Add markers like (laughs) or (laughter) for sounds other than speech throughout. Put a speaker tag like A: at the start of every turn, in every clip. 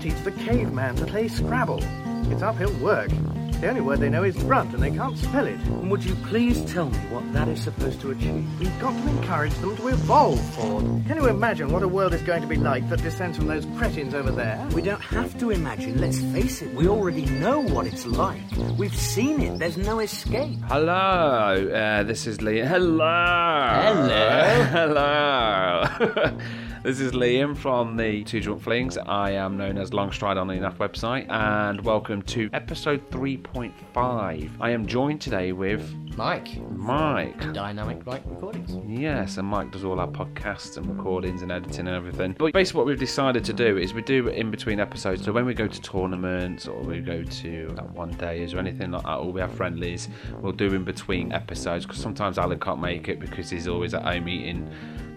A: teach the caveman to play Scrabble. It's uphill work. The only word they know is grunt, and they can't spell it.
B: And would you please tell me what that is supposed to achieve?
A: We've got to encourage them to evolve, Ford. Can you imagine what a world is going to be like that descends from those cretins over there?
B: We don't have to imagine, let's face it, we already know what it's like. We've seen it, there's no escape.
C: Hello, uh, this is Liam. Hello. Hello. (laughs) Hello. this is Liam from the Two Drunk Flings. I am known as Longstride on the Enough website, and welcome to episode 3.5. I am joined today with
D: Mike,
C: Mike.
D: dynamic mic recordings.
C: Yes, and Mike does all our podcasts and recordings and editing and everything. But basically, what we've decided to do is we do in between episodes. So when we go to tournaments or we go to like, one days or anything like that, or we have friendlies, we'll do in between episodes because sometimes Alan can't make it because he's always at home eating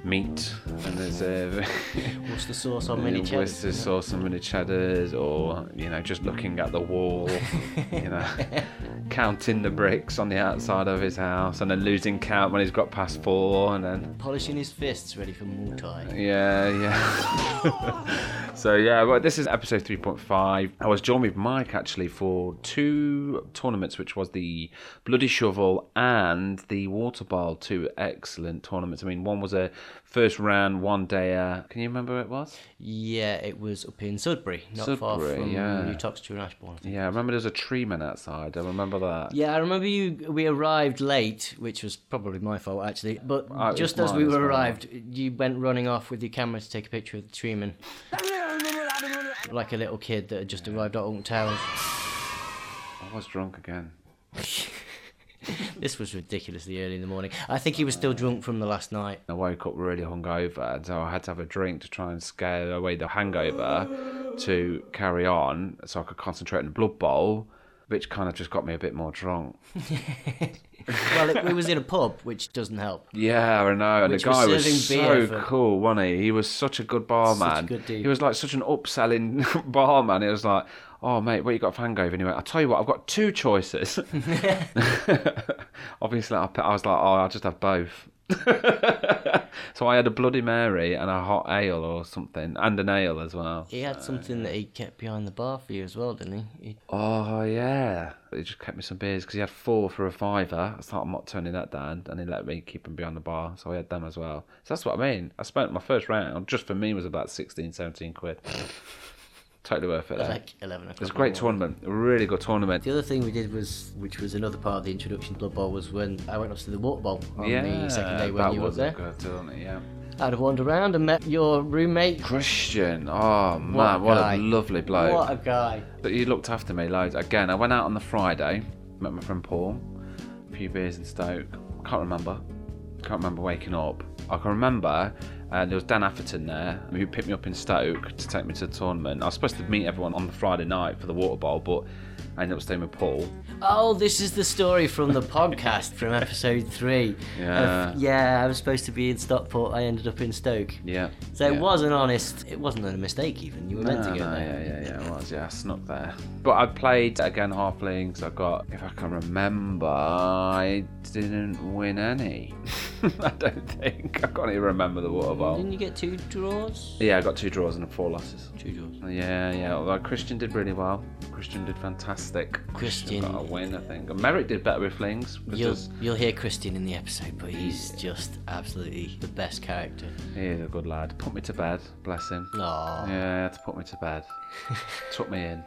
C: meat and there's (laughs) uh,
D: What's the sauce on mini
C: Yeah, Worcester
D: cheddars?
C: sauce and mini cheddars, or you know, just looking at the
D: (laughs)
C: wall, you know, counting the bricks on the outside of his house, and then losing count when he's got past four, and then
D: Polishing his fists, ready for Muay Thai.
C: yeah, yeah. (laughs) so yeah, well, this is episode three point five. I was joined with Mike actually for two tournaments, which was the Bloody Shovel and the Water Bowl. Two excellent tournaments. I mean, one was a first round one dayer. Can you remember what it was?
D: Yeah, it was up in Sudbury, not far
C: Sudbury,
D: from
C: yeah.
D: New Toxteth and Ashbourne. I think.
C: Yeah, I remember there was a tree man outside. I remember that.
D: Yeah, I remember you. We arrived late, which was probably my fault actually. But
C: Ah, it was
D: just as
C: mine
D: we
C: as
D: were
C: well.
D: arrived, you went running off with your camera to take a picture of the treeman, like a little kid that had just arrived at Alton Towers.
C: I was drunk again.
D: (laughs) This was ridiculously early in the morning. I think he was still drunk from the last night.
C: I woke up really hungover, and so I had to have a drink to try and scare away the hangover to carry on so I could concentrate on Blood Bowl, which kind of just got me a bit more drunk.
D: Well, it, it was in a pub, which doesn't help.
C: Yeah, I know. And
D: Which
C: the
D: was
C: guy was,
D: serving
C: so
D: beer for-
C: cool, wasn't he? He was such a good barman.
D: good dude.
C: He was like such an upselling (laughs) barman. It was like, oh, mate, what you got for hangover? And he went, I'll tell you what, I've got two
D: (laughs)
C: choices. (laughs) Obviously, I, I was like, oh, I'll just have both. (laughs) so I had a Bloody Mary and a hot ale or something, and an ale as well.
D: He had something that he kept behind the bar for you as well, didn't he? He-
C: Oh, yeah. He just kept me some beers because he had four for a fiver. I was like, I'm not turning that down. And he let me keep them behind the bar. So I had them as well. So that's what I mean. I spent my first round, just for me, was about 16, 17
D: (laughs)
C: quid. totally worth it. though.
D: like eleven o'clock.
C: It was a
D: in
C: great
D: the morning.
C: tournament. A really good tournament.
D: The other thing we did was, which was another part of the introduction to Blood Bowl, was when I went up to the Water Bowl on the second day when
C: that
D: you were
C: was
D: there.
C: good, wasn't it? Yeah.
D: I'd have wandered around and met your roommate.
C: Christian, oh man,
D: What a
C: what,
D: guy.
C: a lovely bloke.
D: What a guy!
C: But you looked after me loads. Again, I went out on the Friday, met my friend Paul, a few beers in Stoke. Can't remember. Can't remember waking up. I can remember uh, there was Dan Atherton there who picked me up in Stoke to take me to the tournament. I was supposed to meet everyone on the Friday night for the water bowl, but I ended up staying with Paul.
D: Oh, this is the story
C: (laughs)
D: from the podcast from episode three.
C: Yeah.
D: Of- yeah, I was supposed to be in Stockport. I ended up in Stoke.
C: Yeah.
D: So
C: yeah.
D: it was an honest. It wasn't a mistake even. You were meant to
C: No,
D: go
C: no,
D: there.
C: yeah, yeah, yeah, it was. Yeah, I snuck there. But I played again halflings. I got, if I can remember, I didn't win any. (laughs) I don't think. I can't even remember the water bowl.
D: Didn't you get two draws?
C: Yeah, I got two draws and four losses.
D: Two draws.
C: Yeah, yeah. Although Christian did really well. Christian did fantastic.
D: Christian-
C: got a win, I think. And Merrick did better with flings. which
D: You'll,
C: is-
D: you'll hear Christian in the episode, but he's just absolutely the best character.
C: He is a good lad. Put me to bed. Bless him.
D: Aww.
C: Yeah, he had to put me to
D: (laughs)
C: bed. Took me in.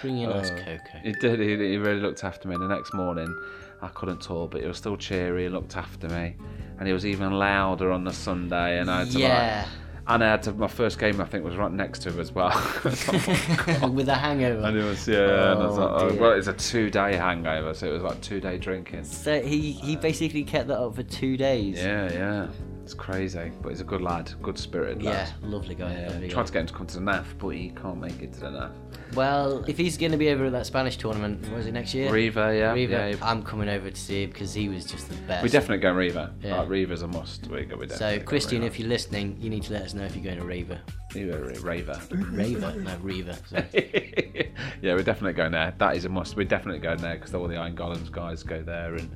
D: Bring your nice cocoa.
C: Oh. He did. He, he really looked after me. The next morning, I couldn't talk, but he was still cheery. He looked after me, and he was even louder on the Sunday. And I had to
D: Yeah.
C: like, and I had to. My first game, I think, was right next to him as well. (laughs)
D: With a
C: and
D: (laughs) hangover.
C: it was yeah. and I was
D: Oh,
C: like, oh,
D: dear.
C: well, it's a two-day hangover, so it was like two-day drinking.
D: So he, he basically kept that up for two days.
C: Yeah, yeah. It's crazy, but he's a good lad, good spirit
D: Yeah,
C: lad.
D: lovely guy. lovely guy.
C: Tried to get him to come to the NAF, but he can't make it to the NAF.
D: Well, if he's going to be over at that Spanish tournament, what is it next year?
C: Reva, yeah,
D: Riva.
C: yeah.
D: I'm coming over to see him because he was just the best.
C: We definitely go Reva.
D: Yeah.
C: Like, Reva's a must. We go. We
D: So, Christian, if you're listening, you need to let us know if you're going to Raver.
C: you were Reva.
D: Raver? No, Reaver. sorry.
C: yeah, we're definitely going there. That is a must. We're definitely going there because all the Iron Golems guys go there, and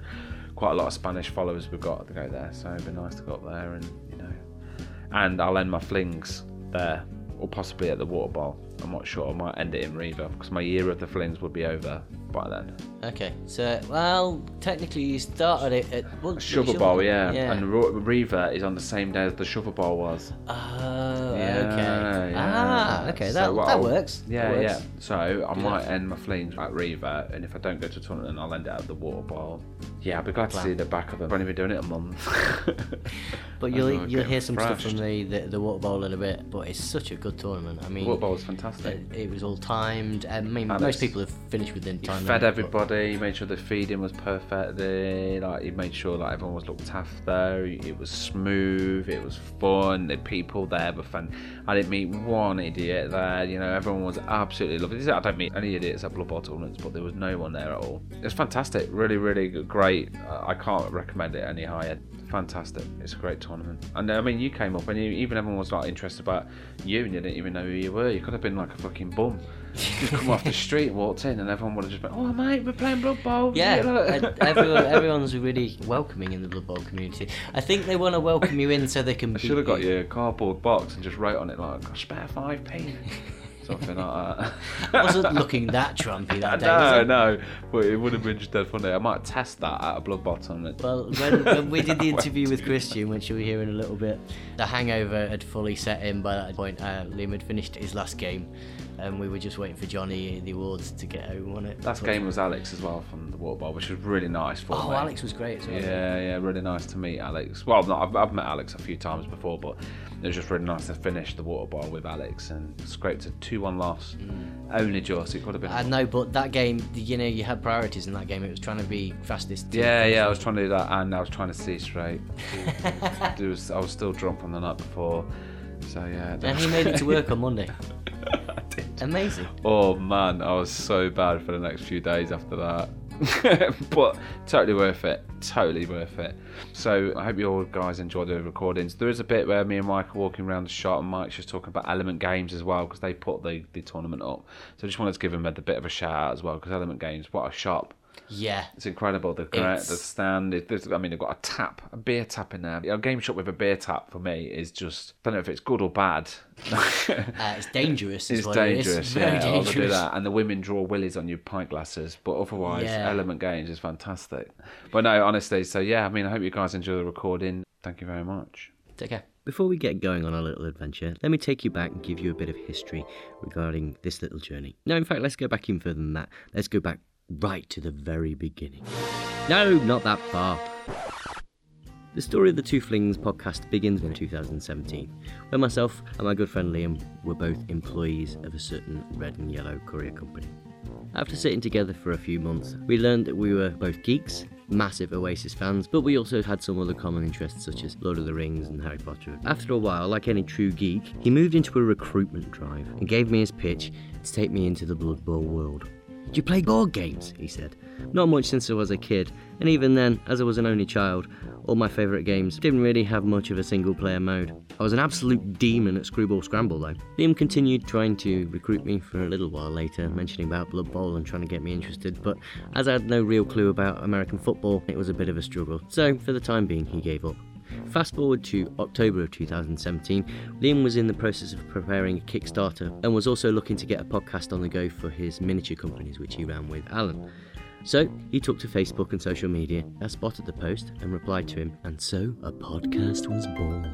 C: quite a lot of Spanish followers we've got to go there. So it'd be nice to go up there, and you know, and I'll end my flings there or possibly at the water bowl. I'm not sure. I might end it in Reaver because my year of the Flins would be over by then.
E: Okay, so well, technically you started it at well,
C: Shovel Bowl, yeah. And Ro- Reaver is on the same day as the Shovel Bowl was.
E: Oh,
C: Yeah,
E: okay.
C: yeah.
E: Ah, okay.
C: So
E: That
C: what
E: that
C: I'll-
E: works. That
C: Yeah,
E: works.
C: yeah. So I might end my flings at Reaver, and if I don't go to a tournament, I'll end it at the water bowl. Yeah, I'll be glad to see the back of them. I've only been doing it a month.
E: (laughs) But
C: (laughs) I
E: you'll
C: know,
E: you'll
C: get
E: hear some stuff
C: thrashed.
E: from the, the the water bowl in a bit. But it's such a good tournament. I mean,
C: water bowl was fantastic.
E: it, it was all timed. I mean,
C: Alex,
E: most people have finished within time.
C: fed
E: limit, but-
C: everybody, made sure the feeding was perfect. There, like he made sure that everyone was looked after. It was smooth. It was fun. The people there were fun. I didn't meet one idiot there. You know, everyone was absolutely lovely. This is- I don't meet any idiots at Blood Bowl tournaments, but there was no one there at all. It was fantastic. Really, really good- great. Uh, I can't recommend it any higher. Fantastic. It's a great tournament. And I mean, you came up, and you, even everyone was like interested about you, and you didn't even know who you were. You could have been like a fucking bum. You'd come off the street, and walked in, and everyone would have just been, "Oh, mate, we're playing Blood Bowl."
E: Yeah,
C: look." (laughs)
E: and everyone, everyone's really welcoming in the Blood Bowl community. I think they want to welcome you in so they can.
C: I should have got you a cardboard box and just wrote on it like "I "Spare five
E: (laughs)
C: p," something like that.
E: Wasn't looking that trumpy that day. was
C: no,
E: it?
C: no, but it would have been just dead funny. I might test that at a Blood Bowl tournament.
E: Well, when, when we did
C: (laughs)
E: the interview with Christian, which you'll hear in a little bit, the hangover had fully set in by that point. Uh, Liam had finished his last game, and we were just waiting for Johnny, E the awards, to get home on it.
C: Last game was Alex as well from the Water Bowl, which was really nice for
E: Oh,
C: me.
E: Alex was great as well.
C: Yeah, yeah, really nice to meet Alex. Well, I've, not, I've, I've met Alex a few times before, but it was just really nice to finish the water bottle with Alex and scraped a 2 1 loss. Only just, it could have been.
E: Mm. I know, but that game, you know, you had priorities in that game. It was trying to be fastest. team
C: yeah,
E: finish.
C: yeah, I was trying to do that and I was trying to
E: (laughs)
C: see straight. It was, I was still drunk from the night before. So, yeah. that
E: And
C: was-
E: he made it
C: (laughs)
E: to work on Monday.
C: I did.
E: Amazing.
C: Oh man, I was so bad for the next few days after that. (laughs) but totally worth it. Totally worth it. So I hope you all guys enjoy the recordings. There is a bit where me and Mike are walking around the shop, and Mike's just talking about Element Games as well because they put the, the tournament up. So I just wanted to give him a, bit of a shout out as well because Element Games, what a shop!
E: Yeah.
C: It's incredible. The correct, the
E: It's-
C: stand. It, there's- I mean, they've got a tap, a beer tap in there. A game shop with a beer tap for me is just. I don't know if it's good or bad. (laughs)
E: Uh, it's dangerous. Is
C: It's
E: what
C: dangerous,
E: It is. It's
C: yeah.
E: Very
C: I'll
E: dangerous.
C: do that. And the women draw willies on your pint glasses, but otherwise,
E: Yeah.
C: Element Games is fantastic. But no, honestly, so yeah, I mean, I hope you guys enjoy the recording. Thank you very much.
E: Take care.
D: Before we get going on our little adventure, let me take you back and give you a bit of history regarding this little journey. No, in fact, let's go back even further than that. Let's go back right to the very beginning. No, not that far. The story of the Two Flings podcast begins in 2017, where myself and my good friend Liam were both employees of a certain red and yellow courier company. After sitting together for a few months, we learned that we were both geeks, massive Oasis fans, but we also had some other common interests such as Lord of the Rings and Harry Potter. After a while, like any true geek, he moved into a recruitment drive and gave me his pitch to take me into the Blood Bowl world. Do you play board games? he said. Not much since I was a kid, and even then, as I was an only child, all my favourite games didn't really have much of a single player mode. I was an absolute demon at Screwball Scramble though. Liam continued trying to recruit me for a little while later, mentioning about Blood Bowl and trying to get me interested, but as I had no real clue about American football, it was a bit of a struggle. So, for the time being, he gave up. Fast forward to October of 2017, Liam was in the process of preparing a Kickstarter and was also looking to get a podcast on the go for his miniature companies, which he ran with Alan. So he took to Facebook and social media. I spotted the post and replied to him, and so a podcast was born.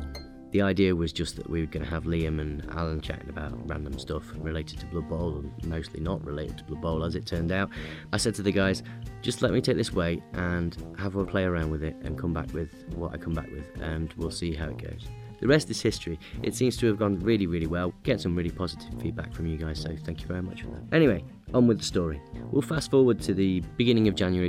D: The idea was just that we were going to have Liam and Alan chatting about random stuff related to Blood Bowl and mostly not related to Blood Bowl as it turned out. I said to the guys, just let me take this way and have a play around with it and come back with what I come back with and we'll see how it goes. The rest is history. It seems to have gone really, really well. Get some really positive feedback from you guys, so thank you very much for that. Anyway, on with the story. We'll fast forward to the beginning of January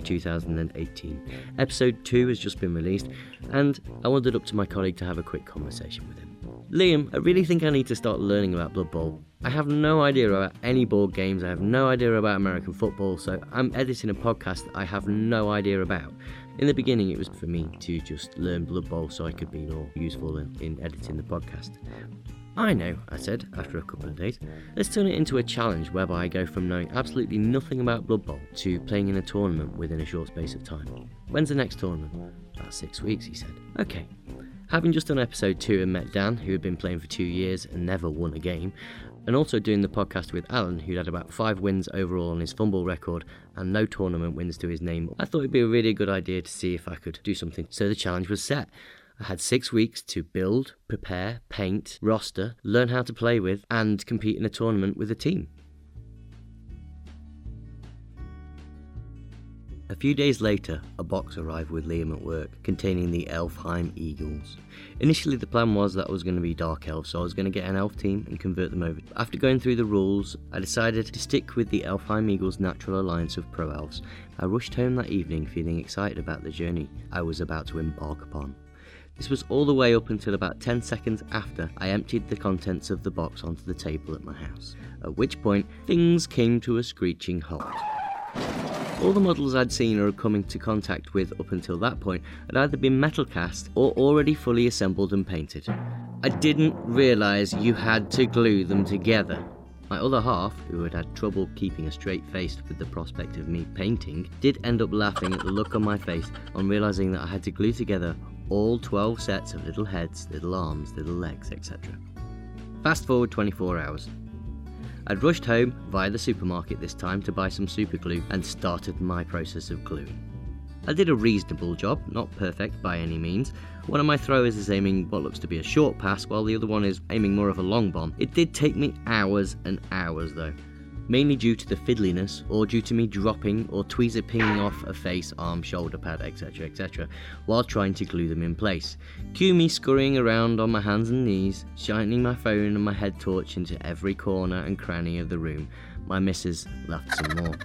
D: 2018. Episode 2 has just been released, and I wandered up to my colleague to have a quick conversation with him. Liam, I really think I need to start learning about Blood Bowl. I have no idea about any board games, I have no idea about American football, so I'm editing a podcast that I have no idea about. In the beginning, it was for me to just learn Blood Bowl so I could be more useful in, in editing the podcast. I know, I said after a couple of days. Let's turn it into a challenge whereby I go from knowing absolutely nothing about Blood Bowl to playing in a tournament within a short space of time. When's the next tournament? About six weeks, he said. Okay. Having just done episode two and met Dan, who had been playing for two years and never won a game, and also doing the podcast with Alan, who'd had about five wins overall on his fumble record and no tournament wins to his name, I thought it'd be a really good idea to see if I could do something. So the challenge was set. I had six weeks to build, prepare, paint, roster, learn how to play with, and compete in a tournament with a team. A few days later, a box arrived with Liam at work containing the Elfheim Eagles. Initially, the plan was that I was going to be Dark Elf, so I was going to get an Elf team and convert them over. After going through the rules, I decided to stick with the Elfheim Eagles' natural alliance of pro elves. I rushed home that evening feeling excited about the journey I was about to embark upon. This was all the way up until about 10 seconds after I emptied the contents of the box onto the table at my house, at which point things came to a screeching halt. All the models I'd seen or come into contact with up until that point had either been metal cast or already fully assembled and painted. I didn't realise you had to glue them together. My other half, who had had trouble keeping a straight face with the prospect of me painting, did end up laughing at the look on my face on realising that I had to glue together all 12 sets of little heads, little arms, little legs, etc. Fast forward 24 hours, I'd rushed home via the supermarket this time to buy some super glue and started my process of gluing. I did a reasonable job, not perfect by any means. One of my throwers is aiming what looks to be a short pass, while the other one is aiming more of a long bomb. It did take me hours and hours though, mainly due to the fiddliness or due to me dropping or tweezer pinging off a face, arm, shoulder pad, etc., etc., while trying to glue them in place. Cue me scurrying around on my hands and knees, shining my phone and my head torch into every corner and cranny of the room. My missus laughed some more.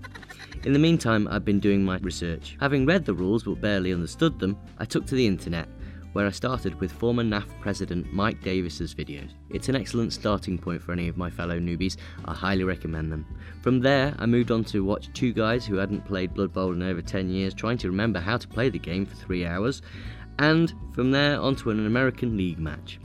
D: In the meantime, I've been doing my research. Having read the rules but barely understood them, I took to the internet, where I started with former NAF president Mike Davis's videos. It's an excellent starting point for any of my fellow newbies. I highly recommend them. From there, I moved on to watch two guys who hadn't played Blood Bowl in over 10 years trying to remember how to play the game for 3 hours, and from there onto an American League match.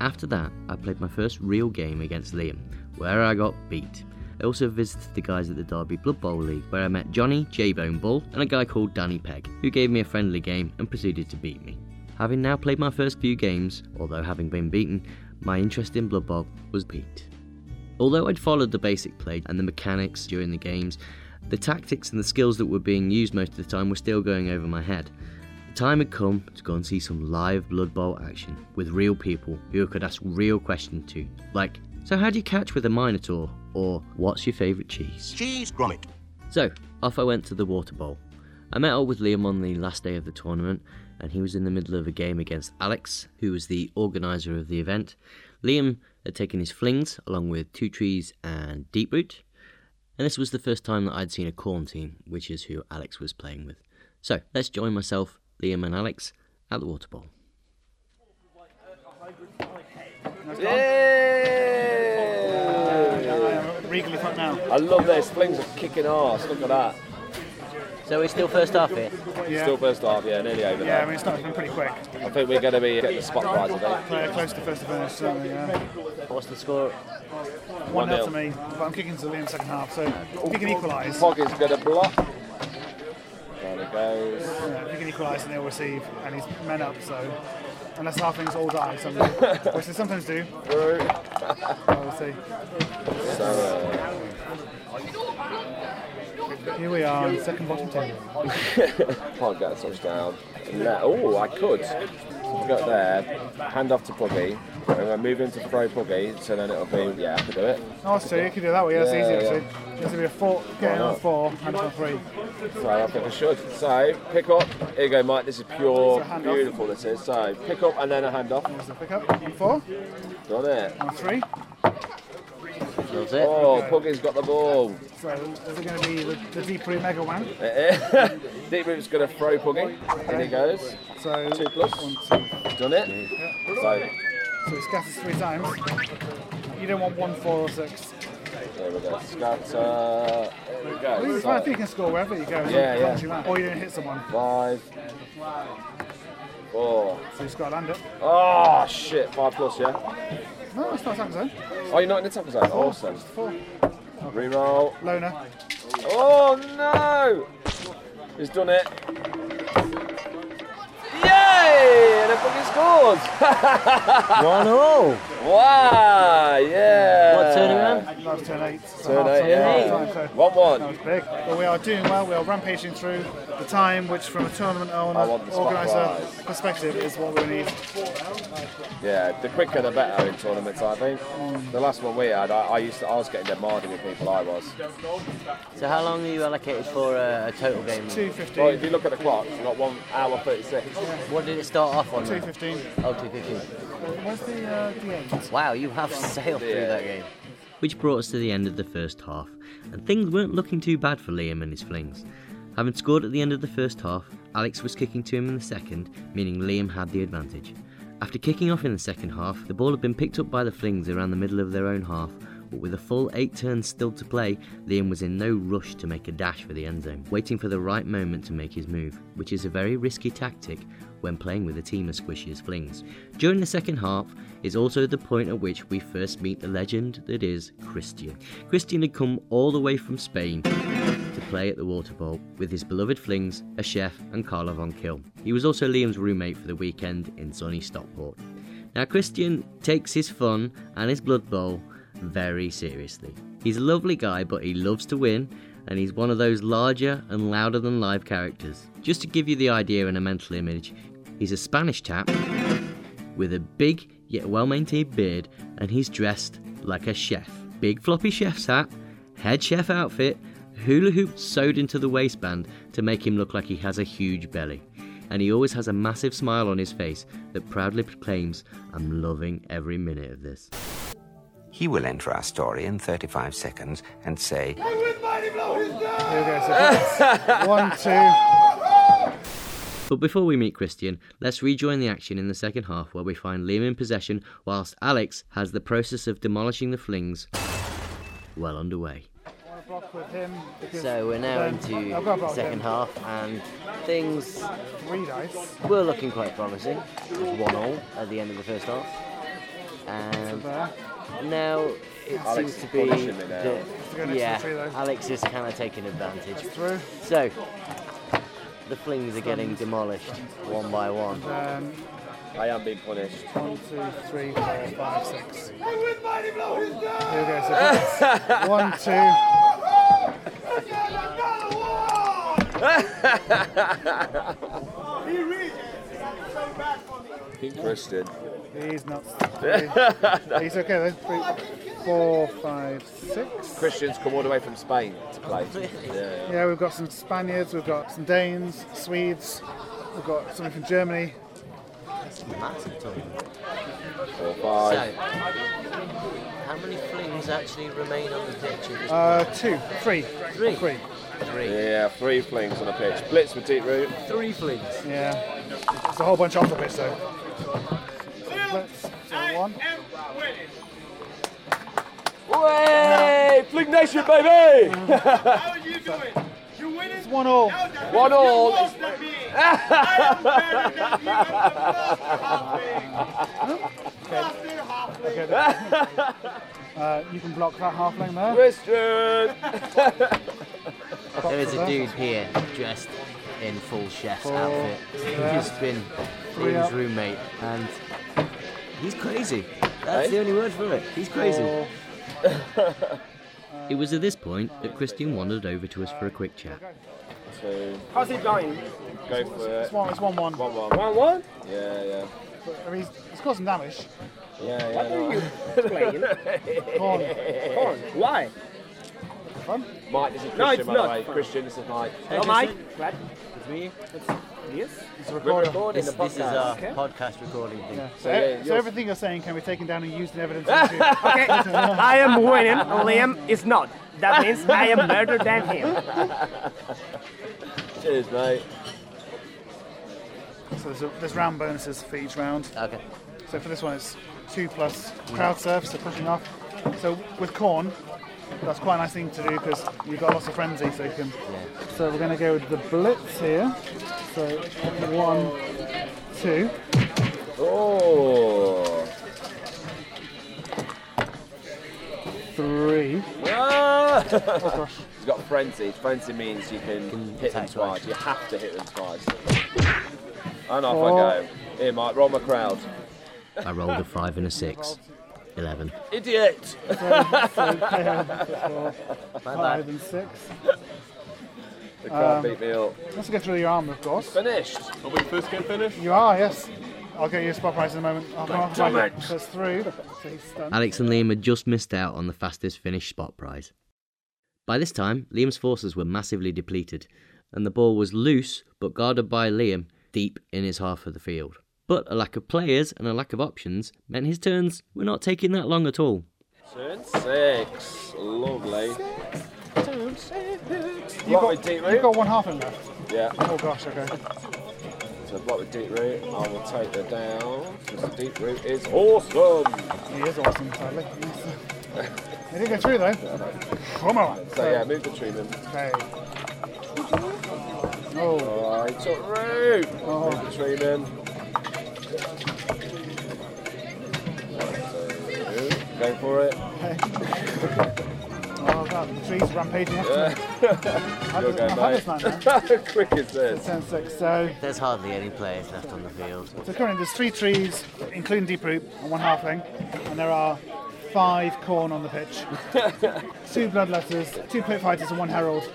D: After that, I played my first real game against Liam, where I got beat. I also visited the guys at the Derby Blood Bowl League, where I met Johnny J-Bone Bull and a guy called Danny Pegg, who gave me a friendly game and proceeded to beat me. Having now played my first few games, although having been beaten, my interest in Blood Bowl was peaked. Although I'd followed the basic play and the mechanics during the games, the tactics and the skills that were being used most of the time were still going over my head. The time had come to go and see some live Blood Bowl action with real people who I could ask real questions to, like, so how do you catch with a Minotaur? Or, what's your favourite cheese?
F: Cheese grommet.
D: So, off I went to the Water Bowl. I met up with Liam on the last day of the tournament, and he was in the middle of a game against Alex, who was the organiser of the event. Liam had taken his flings along with Two Trees and Deep Root, and this was the first time that I'd seen a corn team, which is who Alex was playing with. So, let's join myself, Liam, and Alex at the Water Bowl.
F: Regal if now.
E: I love this. Flings are kicking ass. Look at that.
G: So we're still first half here.
F: Yeah.
E: Still first half, yeah, nearly over
F: yeah, I mean, it's not been pretty quick.
E: there. I think we're going to be getting the spot prize today.
F: Play close to first finish, certainly, yeah.
G: What's the score?
F: 1 0 to
E: nil.
F: me, but I'm kicking to Liam second half, so if he can equalise,
E: Pog is going to block. There it goes. (laughs)
F: yeah, if he can equalise, then he'll receive, and he's men up, so. Unless halflings all die, sometimes, which they sometimes do. Oh, we'll see.
E: So, uh,
F: Here we are, in second bottom table.
E: Pog gets a touchdown. And that- Oh, I could. Go there, hand off to Puggy. And I move him to throw Puggy, so then it'll be, yeah, I could do it.
F: Oh, so you could do it that way, yeah, that's
E: Yeah,
F: easy
E: yeah.
F: actually. This would be a four, getting on
E: not?
F: four, hand on three.
E: So I think I should. So pick up. Here you go, Mike. This is pure,
F: So hand off.
E: beautiful. This is. So pick up and then a handoff.
F: There's the pickup, on four,
E: Done it.
F: on three.
G: That's it.
E: Oh, Puggy's got the ball.
F: So is it going to be the, the deep root mega one?
E: (laughs) Deep Root's going to throw Puggy. In he goes.
F: So
E: Two plus.
F: One, two.
E: Done it. So
F: So it scatters three times. You don't want one, four, or six.
E: there we go. Scatter. There we
F: Well,
E: go.
F: it's fine if you
E: So,
F: can score wherever you go. as long
E: Yeah,
F: as
E: yeah.
F: long as you land. Or you don't hit someone,
E: five. Four.
F: so you just got to land it.
E: Oh shit. Five plus. Yeah.
F: No, it's not attack zone.
E: Oh, you're not in the tackle zone. Awesome.
F: Four.
E: Reroll.
F: Loner.
E: Oh no! He's done it. Yay! And a fucking scores! (laughs)
D: One all.
E: wow, yeah.
D: What turnaround?
F: That was turn eight. So
E: Turn
F: half
E: eight,
F: time,
E: yeah.
F: half time, so
E: One
F: That
E: one.
F: was big. But we are doing well. We are rampaging through the time, which from a tournament
E: I
F: owner,
E: want the
F: organizer
E: spotlight.
F: perspective, is what we need.
E: Yeah, the quicker the better in tournaments. I think
F: Um,
E: the last one we had, I, I used to, I was getting demanded with people. I was.
G: So how long are you allocated for a, a total game?
F: Two
E: Well, if
F: fifteen.
E: you look at the clock, you got one hour thirty six.
G: What did it start off on?
F: Two
G: then?
F: fifteen.
G: Oh, 215.
F: Where's the uh, D8?
G: Wow, you have sailed through
E: Yeah.
G: that game.
D: Which brought us to the end of the first half, and things weren't looking too bad for Liam and his flings. Having scored at the end of the first half, Alex was kicking to him in the second, meaning Liam had the advantage. After kicking off in the second half, the ball had been picked up by the flings around the middle of their own half, but with a full eight turns still to play, Liam was in no rush to make a dash for the end zone, waiting for the right moment to make his move, which is a very risky tactic when playing with a team as squishy as Flings. During the second half is also the point at which we first meet the legend that is Christian. Christian had come all the way from Spain to play at the Water Bowl with his beloved Flings, a chef, and Carla von Kill. He was also Liam's roommate for the weekend in sunny Stockport. Now, Christian takes his fun and his Blood Bowl very seriously. He's a lovely guy, but he loves to win, and he's one of those larger and louder than live characters. Just to give you the idea and a mental image, he's a Spanish chap with a big yet well maintained beard, and he's dressed like a chef. Big floppy chef's hat, head chef outfit, hula hoop sewed into the waistband to make him look like he has a huge belly. And he always has a massive smile on his face that proudly proclaims, I'm loving every minute of this.
H: He will enter our story in 35 seconds and say,
F: Here we go. So (laughs) one, two.
D: But before we meet Christian, let's rejoin the action in the second half where we find Liam in possession whilst Alex has the process of demolishing the flings well underway.
F: Wanna block with him because
G: So we're now
F: then-
G: into
F: I've got a block with
G: second
F: him.
G: half, and things
F: Three dice.
G: were looking quite promising. It was one all at the end of the first half, and
F: There.
G: now it
E: Alex
G: seems
E: is
G: to be
E: punishing me now.
G: that
F: go next to the tree,
G: yeah,
F: though.
G: Alex is kind of taking advantage.
F: Through.
G: So the flings are getting demolished one by one.
F: Um,
E: I am being punished.
F: one, two, three, four, five, six.
E: (laughs)
F: Here we go.
G: (laughs)
F: So one, two.
E: Christian.
F: He's nuts. Three. He's okay though. Three, four, five, six.
E: Christians come all the way from Spain to play.
G: Oh,
E: Yeah.
F: Yeah, we've got some Spaniards, we've got some Danes, Swedes, we've got something from Germany.
G: Massive tournament.
E: Four,
G: So
E: five.
G: how many flings actually remain on the pitch? at this
F: Uh, two, three,
G: Three.
F: three.
G: point? Three.
E: Yeah, three flings on the pitch. Blitz with deep root.
G: Three flings.
F: Yeah. There's a whole bunch off the pitch though. Let's so one.
E: Way! Fling Nation, baby!
I: How you doing? You winning?
F: One all.
E: One all.
I: Lost at me. I am better than you. I'm the halfling.
F: Okay, there. uh, you can block that halfling there.
E: Christian!
G: There is a dude here dressed in full chef's outfit. He's been
F: Three
G: Liam's
F: up.
G: roommate and he's crazy. That's
E: Eh?
G: the only word for it. He's crazy.
F: Four.
D: It was at this point that Christian wandered over to us for a quick chat.
E: Two.
I: How's it going?
E: Go for
F: It's
E: it.
F: one. It's one one.
E: One, one.
I: One one.
E: Yeah, yeah.
F: I mean, he's, he's caused some damage.
E: Yeah, yeah. no.
F: (laughs)
I: Playing.
F: Come on.
I: Why?
E: Mike, this is Christian,
I: No, it's
E: by
I: not.
E: the way. Christian, this is Mike.
I: Am I? Glad.
G: It's me.
I: Yes.
F: It's a recorder.
G: This,
E: the
G: this is our
E: uh,
I: okay.
G: podcast recording thing.
F: So,
E: yeah,
F: e- so
E: yours-
F: everything you're saying can be taken down and used in evidence.
E: (laughs)
J: (laughs)
F: against you.
I: Okay. I am winning. Liam is not. That means I am better than him.
J: (laughs)
E: Cheers, mate.
F: So there's, a, there's round bonuses for each round.
G: Okay.
F: So for this one, it's two plus crowd surf, so pushing off. So with corn, that's quite a nice thing to do because you've got lots of frenzy, so you can. So we're going to go with the blitz here. So one, two.
E: Oh!
F: Three.
E: Ah! (laughs) He's got frenzy. Frenzy means you can hit them
G: attack twice.
E: twice. You have to hit them twice. And off
F: Four.
E: I go. Here, Mike, roll my crowd.
D: I rolled a five and a six. Eleven.
E: (laughs) Idiot!
F: Five and six. Um,
E: The crowd beat me up.
F: Let's go through your arm, of course.
E: Finished!
K: Are we first game finished?
F: You are, yes. I'll get you a spot price in a moment. I'll come off
E: damn
F: my
E: it.
F: That's through. So he's stunned.
D: Alex and Liam had just missed out on the fastest finish spot prize. By this time, Liam's forces were massively depleted, and the ball was loose but guarded by Liam deep in his half of the field. But a lack of players and a lack of options meant his turns were not taking that long at all.
E: Turn six. Lovely. Turn six.
F: You've
E: Block with
F: got,
E: deep
F: you've
E: root.
F: got one half in left.
E: Yeah,
F: Oh gosh, okay.
E: so block with deep root. I will take the down. 'cause the deep root is awesome!
F: He is awesome, sadly. he did go through though. Come on.
E: (laughs) So yeah, move the treatment.
F: Okay. Oh,
E: Oh, it's a root!
F: Oh.
E: Move the treatment. Go for it.
F: oh god, the tree's rampaging after me.
E: Yeah. (laughs)
F: I've had
E: You'll go,
F: this- I've had this nine now.
E: (laughs) mate. quick as this.
F: Turn six, so,
G: There's hardly any players left on the field.
F: so currently there's three trees, including deep root, and one halfling, and there are five corn on the pitch. two bloodletters, two pit fighters, and one herald.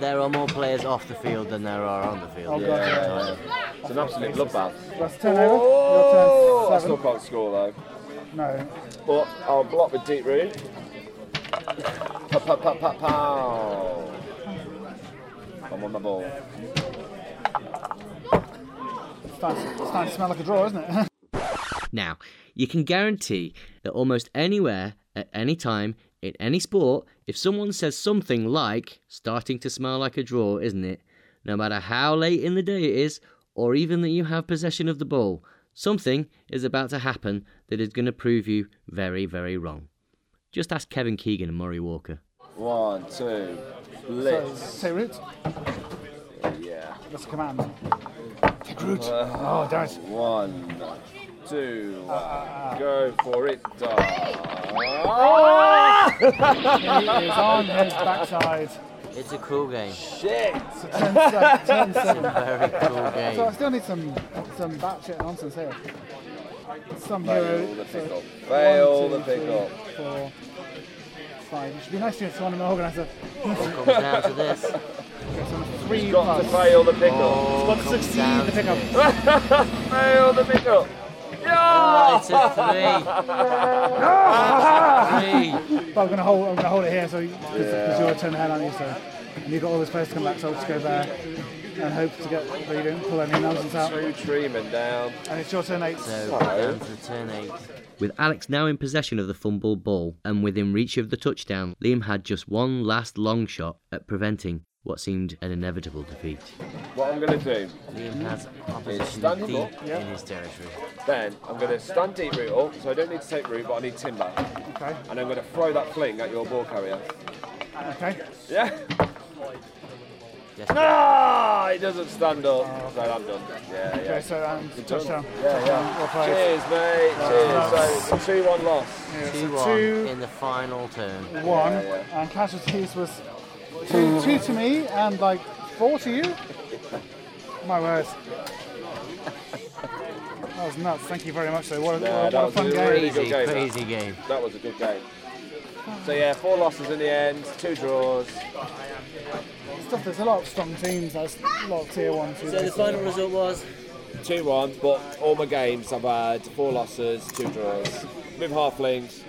G: There are more players off the field than there are on the
F: Oh
G: field.
F: god,
E: Yeah. It's an absolute bloodbath.
F: That's turnover. Your
E: I
F: turn
E: still
F: seven.
E: can't score though.
F: No.
E: But I'll block with deep root. Pa pa pa pa pow. I'm on the ball.
F: It's starting, to- it's starting to smell like a draw, isn't it? (laughs)
D: Now, you can guarantee that almost anywhere, at any time, in any sport, if someone says something like, starting to smell like a draw, isn't it? No matter how late in the day it is, or even that you have possession of the ball, something is about to happen that is going to prove you very, very wrong. Just ask Kevin Keegan and Murray Walker.
E: One, two, blitz.
F: Take root.
E: Yeah. Uh,
F: That's a command. Take root. Oh, damn it. Uh,
E: One, two, go for it.
F: (laughs)
E: Ah!
F: He is on his backside.
G: It's a cool game.
E: Shit!
F: So turn seven. Turn seven.
G: Very cool
F: (laughs) So I
G: game.
F: still need some some batshit nonsense here. Some
E: Fail the
F: hero. so
E: pickup. Fail
F: one,
E: the
F: two, three,
E: pickup.
F: Four, five. It should be nice to get someone in the organizer.
G: Comes down to
F: (laughs)
G: this.
F: Three
E: Got to
F: plus.
E: fail the
G: Oh,
E: pickup.
F: Got to succeed the pickup.
E: (laughs) Fail the pickup.
G: Oh, it's a three. It's a three.
F: (laughs) But I'm gonna hold. I'm gonna hold it here. So because you're turn hand on you, so and you've got all this players to come back. So I'll just go there and hope to get. But you don't pull (laughs) any nonsense out.
E: Two treatment down.
F: And it's your turn eight.
G: So down to turn eight.
D: With Alex now in possession of the fumble ball and within reach of the touchdown, Liam had just one last long shot at preventing what seemed an inevitable defeat.
E: What I'm gonna do,
G: Liam has
E: It's
G: opposition
E: standing
G: deep
E: up,
F: yeah.
G: in his territory.
E: then I'm gonna stand deep root up, so I don't need to take root, but I need timber,
F: Okay.
E: and I'm gonna throw that fling at your ball carrier.
F: Okay.
E: Yeah.
G: Yes.
E: Ah! He doesn't stand up. So I'm done. Yeah, yeah.
F: Okay. So um, touchdown.
E: Yeah,
F: Touchdown. Well
E: yeah.
F: played.
E: Cheers, mate. Cheers. So, two one loss.
F: Yeah, so
G: Two one
F: two,
G: in the final turn.
F: one,
E: Yeah,
F: and casualties was two, two to me and like four to you. My words. That was nuts. Thank you very much. Though, what a,
E: Yeah,
F: what
E: that
F: a
E: was
F: fun
E: a
F: game.
E: really
G: Crazy,
E: good game.
G: crazy game.
E: That was a good game. So yeah, four losses in the end, two draws.
F: Stuff. There's a lot of strong teams. There's a lot of tier one. Two,
G: So the final result was
E: Two one, but all my games I've had four losses, two draws. With halflings,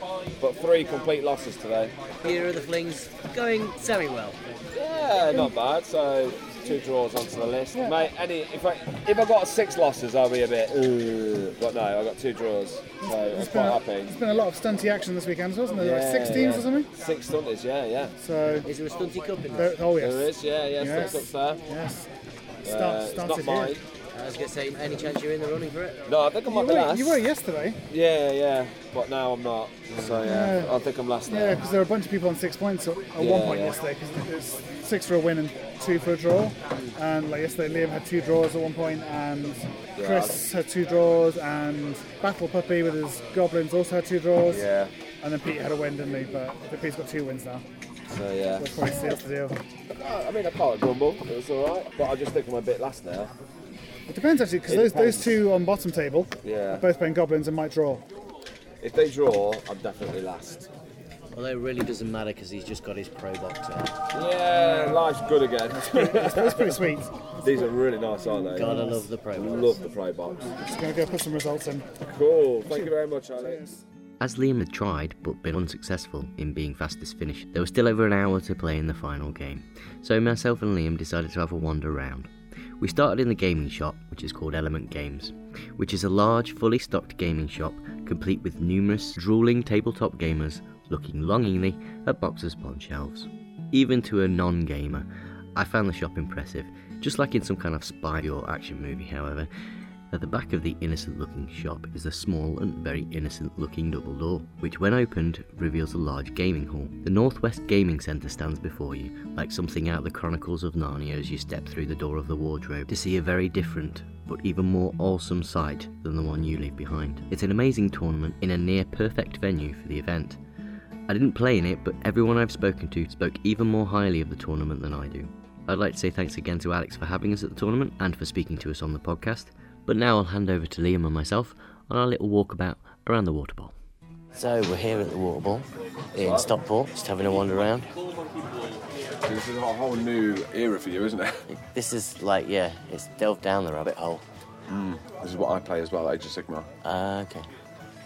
E: but three complete losses today.
G: Year of the Flings going semi well.
E: Yeah, not bad. So two draws onto the list, mate. Any if I if I got six losses, I'll be a bit. "Ugh," But no, I got two draws, so I'm
F: It's been, a,
E: quite
F: it's
E: happy.
F: been a lot of stunty action this weekend, wasn't there?
E: Yeah,
F: like six teams
E: yeah.
F: or something.
E: Six stunters, yeah, yeah.
F: So,
G: Is there a stunty cup in
F: there,
G: this?
F: oh
E: There
F: yes,
E: is, yeah, yeah.
F: Yes.
E: Six up there.
F: yes.
E: Uh,
F: Start,
E: it's
F: started
E: not
F: here.
E: mine.
G: I was gonna say, any chance you're in the running for it?
E: No, I think I
F: You
E: might be
F: were,
E: last.
F: you were yesterday.
E: Yeah, yeah, but now I'm not. So yeah,
F: Yeah.
E: I think I'm last
F: Yeah,
E: now.
F: because there were a bunch of people on six points at, at one
E: Yeah,
F: point
E: yeah.
F: yesterday. Because it's six for a win and two for a draw. And like yesterday, Liam had two draws at one point, and Chris had two draws, and Battle Puppy with his goblins also had two draws.
E: Yeah.
F: And then Pete had a win, didn't he? But I think Pete's got two wins now.
E: So yeah.
F: That's probably sealed the deal.
E: I mean, I can't grumble. It was all right, but I just think I'm a bit last now.
F: It depends actually, because
E: It
F: those, those
E: depends.
F: two on bottom table
E: Yeah.
F: are both playing goblins and might draw.
E: If they draw, I'm definitely last.
D: Although it really doesn't matter because he's just got his pro box out.
E: Yeah, life's good again.
F: That's
E: (laughs)
F: pretty sweet.
E: These are really nice, aren't they?
D: Gotta love the pro box.
E: Love the play box.
F: Just gonna go put some results in.
E: Cool. Thank you very much, Alex.
L: As Liam had tried but been unsuccessful in being fastest finish, there was still over an hour to play in the final game, so myself and Liam decided to have a wander round. We started in the gaming shop, which is called Element Games, which is a large, fully stocked gaming shop complete with numerous drooling tabletop gamers looking longingly at boxes upon shelves. Even to a non gamer, I found the shop impressive, just like in some kind of spy or action movie, however. At the back of the innocent looking shop is a small and very innocent looking double door, which, when opened, reveals a large gaming hall. The Northwest Gaming Centre stands before you, like something out of the Chronicles of Narnia as you step through the door of the wardrobe to see a very different, but even more awesome sight than the one you leave behind. It's an amazing tournament in a near perfect venue for the event. I didn't play in it, but everyone I've spoken to spoke even more highly of the tournament than I do. I'd like to say thanks again to Alex for having us at the tournament and for speaking to us on the podcast. But now I'll hand over to Liam and myself on our little walkabout around the water bowl.
D: So we're here at the Water Ball in Stockport, just having a wander around.
E: This is a whole new era for you, isn't it?
D: This is like, yeah, it's delved down the rabbit hole.
E: This is what I play as well, Age of Sigma.
D: Uh, okay.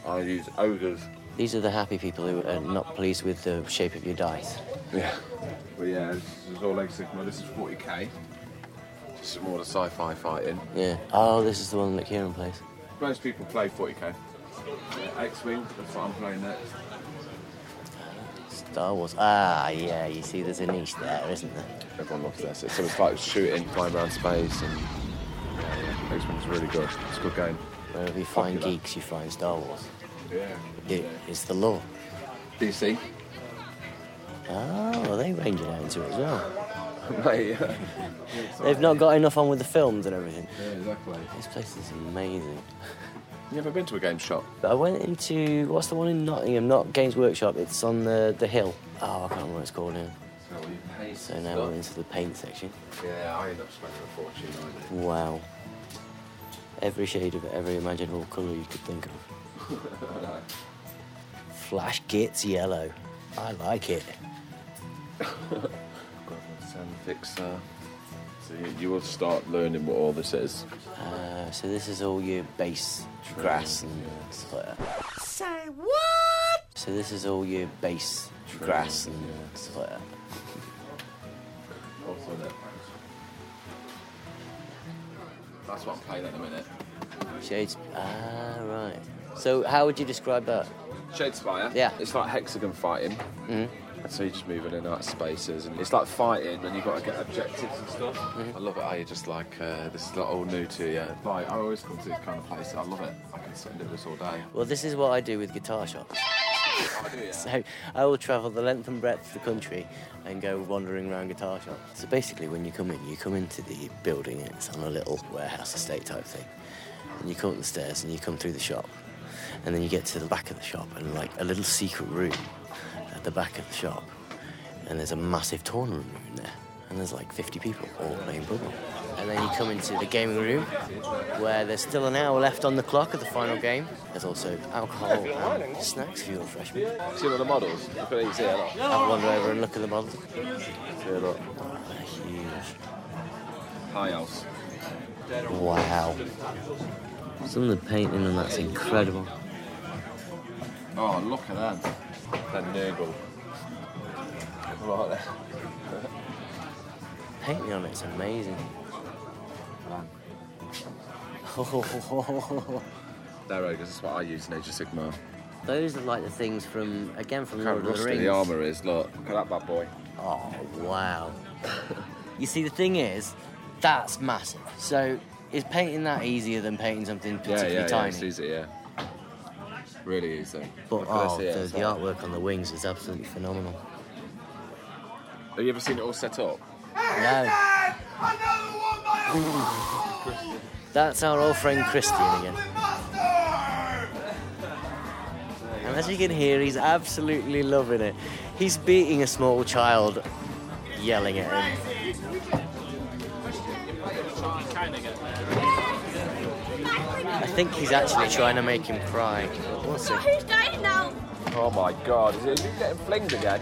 E: I use ogres.
D: These are the happy people who are not pleased with the shape of your dice.
E: Yeah. But yeah, this is all Age of Sigma. This is 40k. This is more the sci-fi fighting.
D: Yeah. Oh, this is the one that Kieran plays.
E: Most people play 40k. Yeah, X-wing. That's what I'm playing next.
D: Star Wars. Ah, yeah, you see there's a niche there, isn't there?
E: Everyone loves this. It's it's like shooting, flying around space, and yeah, yeah. X-wing's really good. It's a good game.
D: Wherever you find
E: Popular.
D: geeks, you find Star Wars.
E: Yeah.
D: It- it's the law.
E: DC.
D: Oh, they range it out into it as well.
E: (laughs) Mate, yeah.
D: They've not got enough on with the films and everything.
E: yeah, exactly.
D: This place is amazing.
E: (laughs) You ever been to a game shop?
D: But I went into what's the one in Nottingham? Not Games Workshop. It's on the the hill. Oh, I can't remember what it's called now. So now we're into the paint section.
E: Yeah, I end up spending a fortune on
D: Wow. Every shade of every imaginable colour you could think of. Flash gets yellow. (laughs) I
E: (laughs)
D: like it.
E: it. Sand fixer. So you, you will start learning what all this is.
D: Uh, so this is all your base grass and stuff like that. Say what? So this is all your base grass and stuff like that.
E: Also that. That's what I'm playing at the minute.
D: Shades. Ah, right. So how would you describe that?
E: Shadespire.
D: Yeah.
E: It's like hexagon fighting. Mm-hmm. So you're just moving in and out of spaces, and it's like fighting, and you've got to get objectives and stuff. I love it. How you just like uh, this is like all new to you. Like I always come to this kind of place. I love it. I can sit and do this all day.
D: Well, this is what I do with guitar shops. So I will travel the length and breadth of the country and go wandering around guitar shops. So basically, when you come in, you come into the building. It's on a little warehouse estate type thing, and you come up the stairs and you come through the shop, and then you get to the back of the shop and like a little secret room at the back of the shop, and there's a massive tournament room in there, and there's like 50 people all playing bubble. And then you come into the gaming room,
B: (laughs)
D: where there's still an hour left on the clock of the final game. There's also alcohol and snacks for your freshmen.
E: See all the models. Look at these here. Look.
D: I'll wander over and look at the models.
E: Here, look.
D: They're huge.
E: High house.
D: Wow.
L: Some of the painting on that's incredible.
E: Oh, look at that. That Nurgle. Right there.
D: Painting on it's amazing.
E: They're ogres, that's what I use in Age of Sigmar.
D: (laughs) Those are like the things from again from
E: Look how
D: Lord of the
E: rusty
D: Rings.
E: the armour is, look. Look at that bad boy.
D: Oh wow. (laughs) you see, the thing is, that's massive. So is painting that easier than painting something
E: Yeah,
D: particularly
E: yeah, yeah,
D: tiny?
E: it's easy, yeah. Really easy.
D: But
E: Look at this
D: oh,
E: here,
D: the,
E: it's
D: the
E: like-
D: artwork on the wings is absolutely phenomenal.
E: Have you ever seen it all set up?
D: No, (laughs) that's our old friend Christian again. And as you can hear, he's absolutely loving it. He's beating a small child, yelling at him. think he's actually trying to make him cry. We'll see.
M: Look who's dying now.
E: Oh my god, is it Luke getting flinged again?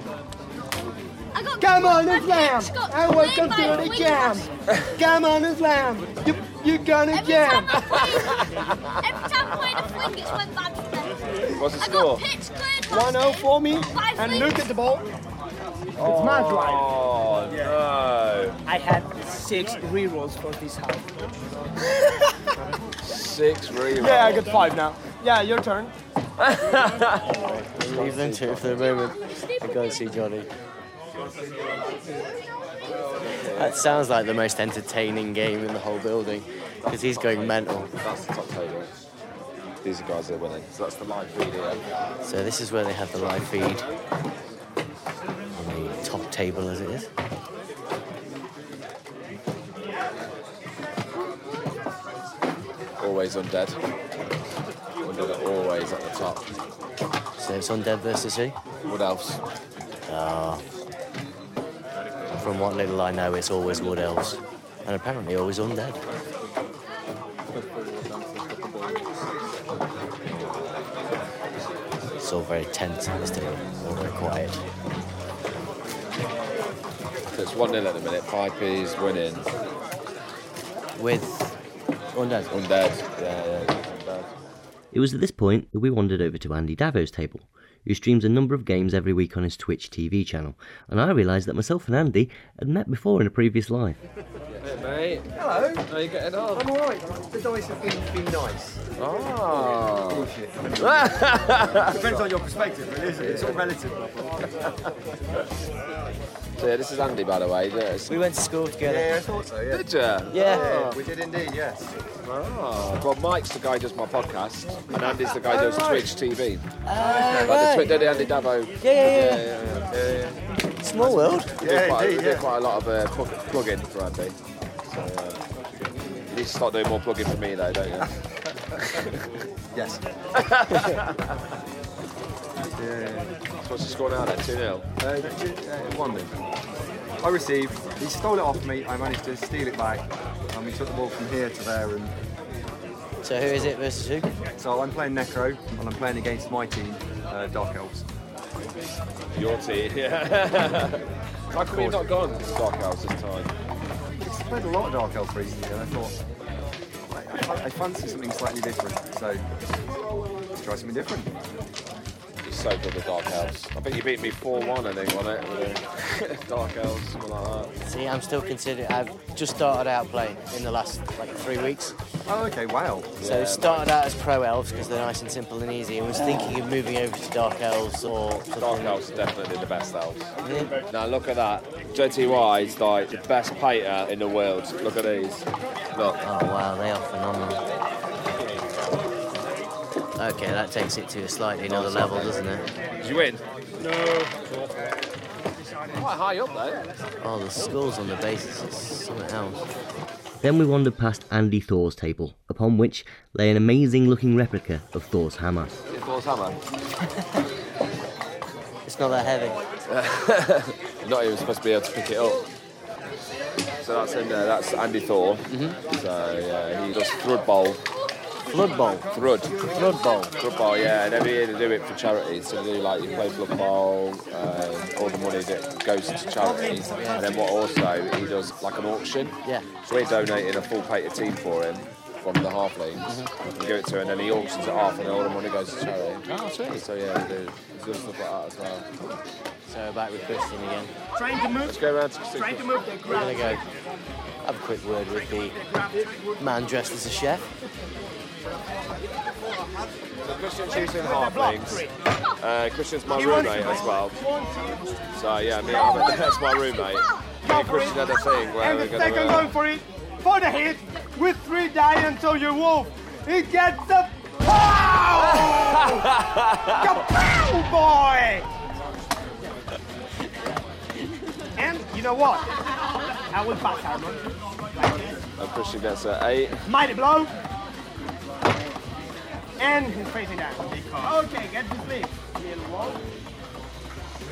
M: I got
J: Come on,
M: my
J: it's lamb.
M: cat's got
J: I want to
M: laid by a
J: do it
M: wing
J: again.
M: cat.
J: Come on, it's lamb. You, you gonna jam.
M: Every time I play the fling, it's went bad for them.
E: What's the
M: I got
E: score?
M: pitch cleared last
J: 1 0
M: game.
J: for oh me.
M: Five
J: And
M: flings.
J: look at the ball.
E: It's my drive. Oh no.
J: I had six rerolls for this half.
E: Six rerolls.
J: Yeah, I got five now. Yeah, your turn.
D: Leave them to it for the moment. I gotta see Johnny. That sounds like the most entertaining game in the whole building because he's going mental.
E: That's the top table. These are guys that are winning. So that's the live video.
D: So this is where they have the live feed on the top table, as it is.
E: Always undead. Undead are always at the top.
D: So it's Undead versus who?
E: What else?
D: Uh, From what little I know, it's always Wood Elves, and apparently always Undead. It's all very tense in this table, all very quiet.
E: So it's 1 0 at the minute. Piper's winning.
D: With Undead.
E: Undead. Yeah, yeah. Undead.
N: It was at this point that we wandered over to Andy Davo's table, who streams a number of games every week on his Twitch TV channel, and I realised that myself and Andy had met before in a previous life.
E: Hey, mate. Hello. How are you getting on?
C: I'm alright. The dice have been, been nice.
E: Oh.
C: (laughs) Depends on your perspective, really, isn't it? It's all relative.
E: So, yeah, this is Andy, by the way. Yeah, it's-
D: We went to school together.
C: Yeah, I thought so, yeah.
E: Did ya?
D: Yeah.
C: We did indeed,
E: (laughs)
C: yes.
E: Oh. Well, Mike's the guy who does my podcast, and Andy's the guy who does
C: Oh,
E: Twitch TV.
D: Ah,
E: Like the,
D: right.
E: Twi- the Andy Davo.
D: Yeah, yeah,
E: yeah,
D: yeah.
E: yeah. yeah.
D: Small world.
E: We did quite, we did quite a lot of uh, plug, plug-in for Andy. So, uh, you need to start doing more plug-in for me, though, don't you?
C: (laughs) Yes.
E: What's the score now, then? 2-0?
C: Uh, uh, one then. I received, he stole it off me, I managed to steal it back, and we took the ball from here to there. And
D: So who is it versus who?
C: So I'm playing Necro, and I'm playing against my team, uh, Dark Elves.
E: Your (laughs) team, yeah. How come you've not gone to Stockhouse this time?
C: I've played a lot of Dark Elves recently, and I thought, I, I, I fancy something slightly different, so let's try something different.
E: You're so good at Dark Elves. I think you beat me 4-1, I think, on it. with the (laughs) Dark Elves, something like that.
D: See, I'm still considering. I've just started out playing in the last like three weeks.
C: Oh, okay, wow.
D: So started out as pro elves because they're nice and simple and easy. I was thinking of moving over to dark elves or something. Mm-hmm.
E: Dark Elves are definitely the best Elves.
D: Yeah.
E: Now look at that. JTY is like the best painter in the world. Look at these. Look.
D: Oh wow, they are phenomenal. Okay, that takes it to a slightly another level, doesn't it?
E: Did you win? No. Quite high up, though.
D: Oh, the skulls on the bases is something else.
N: Then we wandered past Andy Thor's table, upon which lay an amazing looking replica of Thor's hammer.
E: It's Thor's hammer.
D: (laughs) It's not that heavy.
E: You're (laughs) not even supposed to be able to pick it up. So that's in there. That's Andy Thor. So yeah, he does thrud bowl,
D: Blood Mm-hmm. bowl.
E: thrud, thrud bowl, thrud bowl. Yeah, and every year they do it for charity. So they do like you play blood bowl, uh, all the money that goes into charity. And then what also he does like an auction.
D: Yeah.
E: So we're donating a full plate of team for him. One of the halflings,
D: Mm-hmm.
E: we give it to him, and then he auctions it off, and all the money goes to charity. Oh, sweet. So yeah, we do, we do stuff like that as well.
D: So back with Christian again.
O: (laughs) Trying to move,
E: Let's go around to
O: trying to move the
D: We're gonna
O: ground.
D: go have a quick word with the man dressed as a chef.
E: Christian Tuesday and Halflings. Uh, Christian's my roommate as well. So yeah, me and that's my (laughs) roommate. Me and Christian had a thing where
J: And
E: we're
J: the second
E: gonna.
J: one
E: Uh,
J: for it. For the hit. With three die until you wolf. It gets the. Pow! Kapow, boy!
O: And you know what? I will back armor.
E: and Christian gets an eight.
O: Mighty blow. And he's facing down. Okay, get to sleep.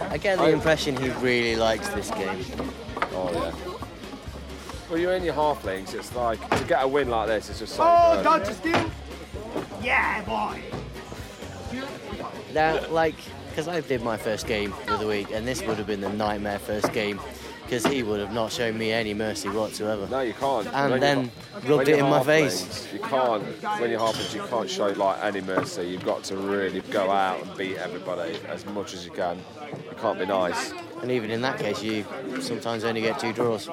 D: I get the impression he really likes this game.
E: Oh yeah. Well, you're in your halflings. It's like to get a win like this. It's just so.
J: Oh,
E: good.
J: dodge steal.
P: Yeah, boy.
G: Now, like, because I did my first game the other week, and this would have been the nightmare first game, because he would have not shown me any mercy whatsoever.
E: No, you can't.
G: And
E: When
G: then
E: you're-
G: rubbed
E: when
G: it
E: you're
G: in my face.
E: halflings, You can't. When you're halflings, you can't show like any mercy. You've got to really go out and beat everybody as much as you can. You can't be nice.
G: And even in that case, you sometimes only get two draws.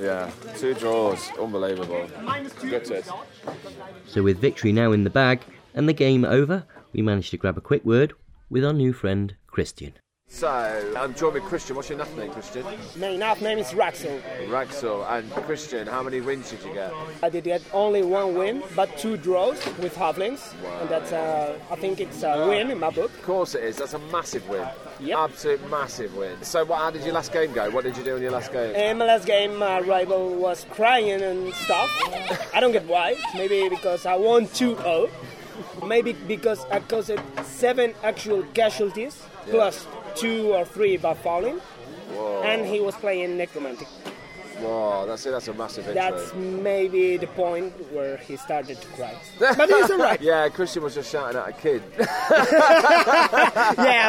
E: Yeah, two draws, unbelievable. Gutted.
D: So, with victory now in the bag and the game over, we managed to grab a quick word with our new friend Christian.
E: So um, I'm joined with Christian. What's your naff name, Christian?
J: My last name is Raxo.
E: Raxo and Christian. How many wins did you get?
J: I did get only one win, but two draws with halflings, and that's uh, I think it's a win in my book.
E: Of course it is. That's a massive win. Absolute massive win. So what, how did your last game go? What did you do in your last game?
J: In my last game, my rival was crying and stuff. I don't get why. Maybe because I won 2-0. Maybe because I caused seven actual casualties
E: Yeah.
J: plus two or three by falling,
E: Whoa.
J: and he was playing necromantic.
E: Whoa, that's it. That's a massive injury.
J: That's maybe the point where he started to cry.
E: (laughs)
J: But he's alright.
E: yeah, Christian was just shouting at a kid. (laughs)
J: yeah,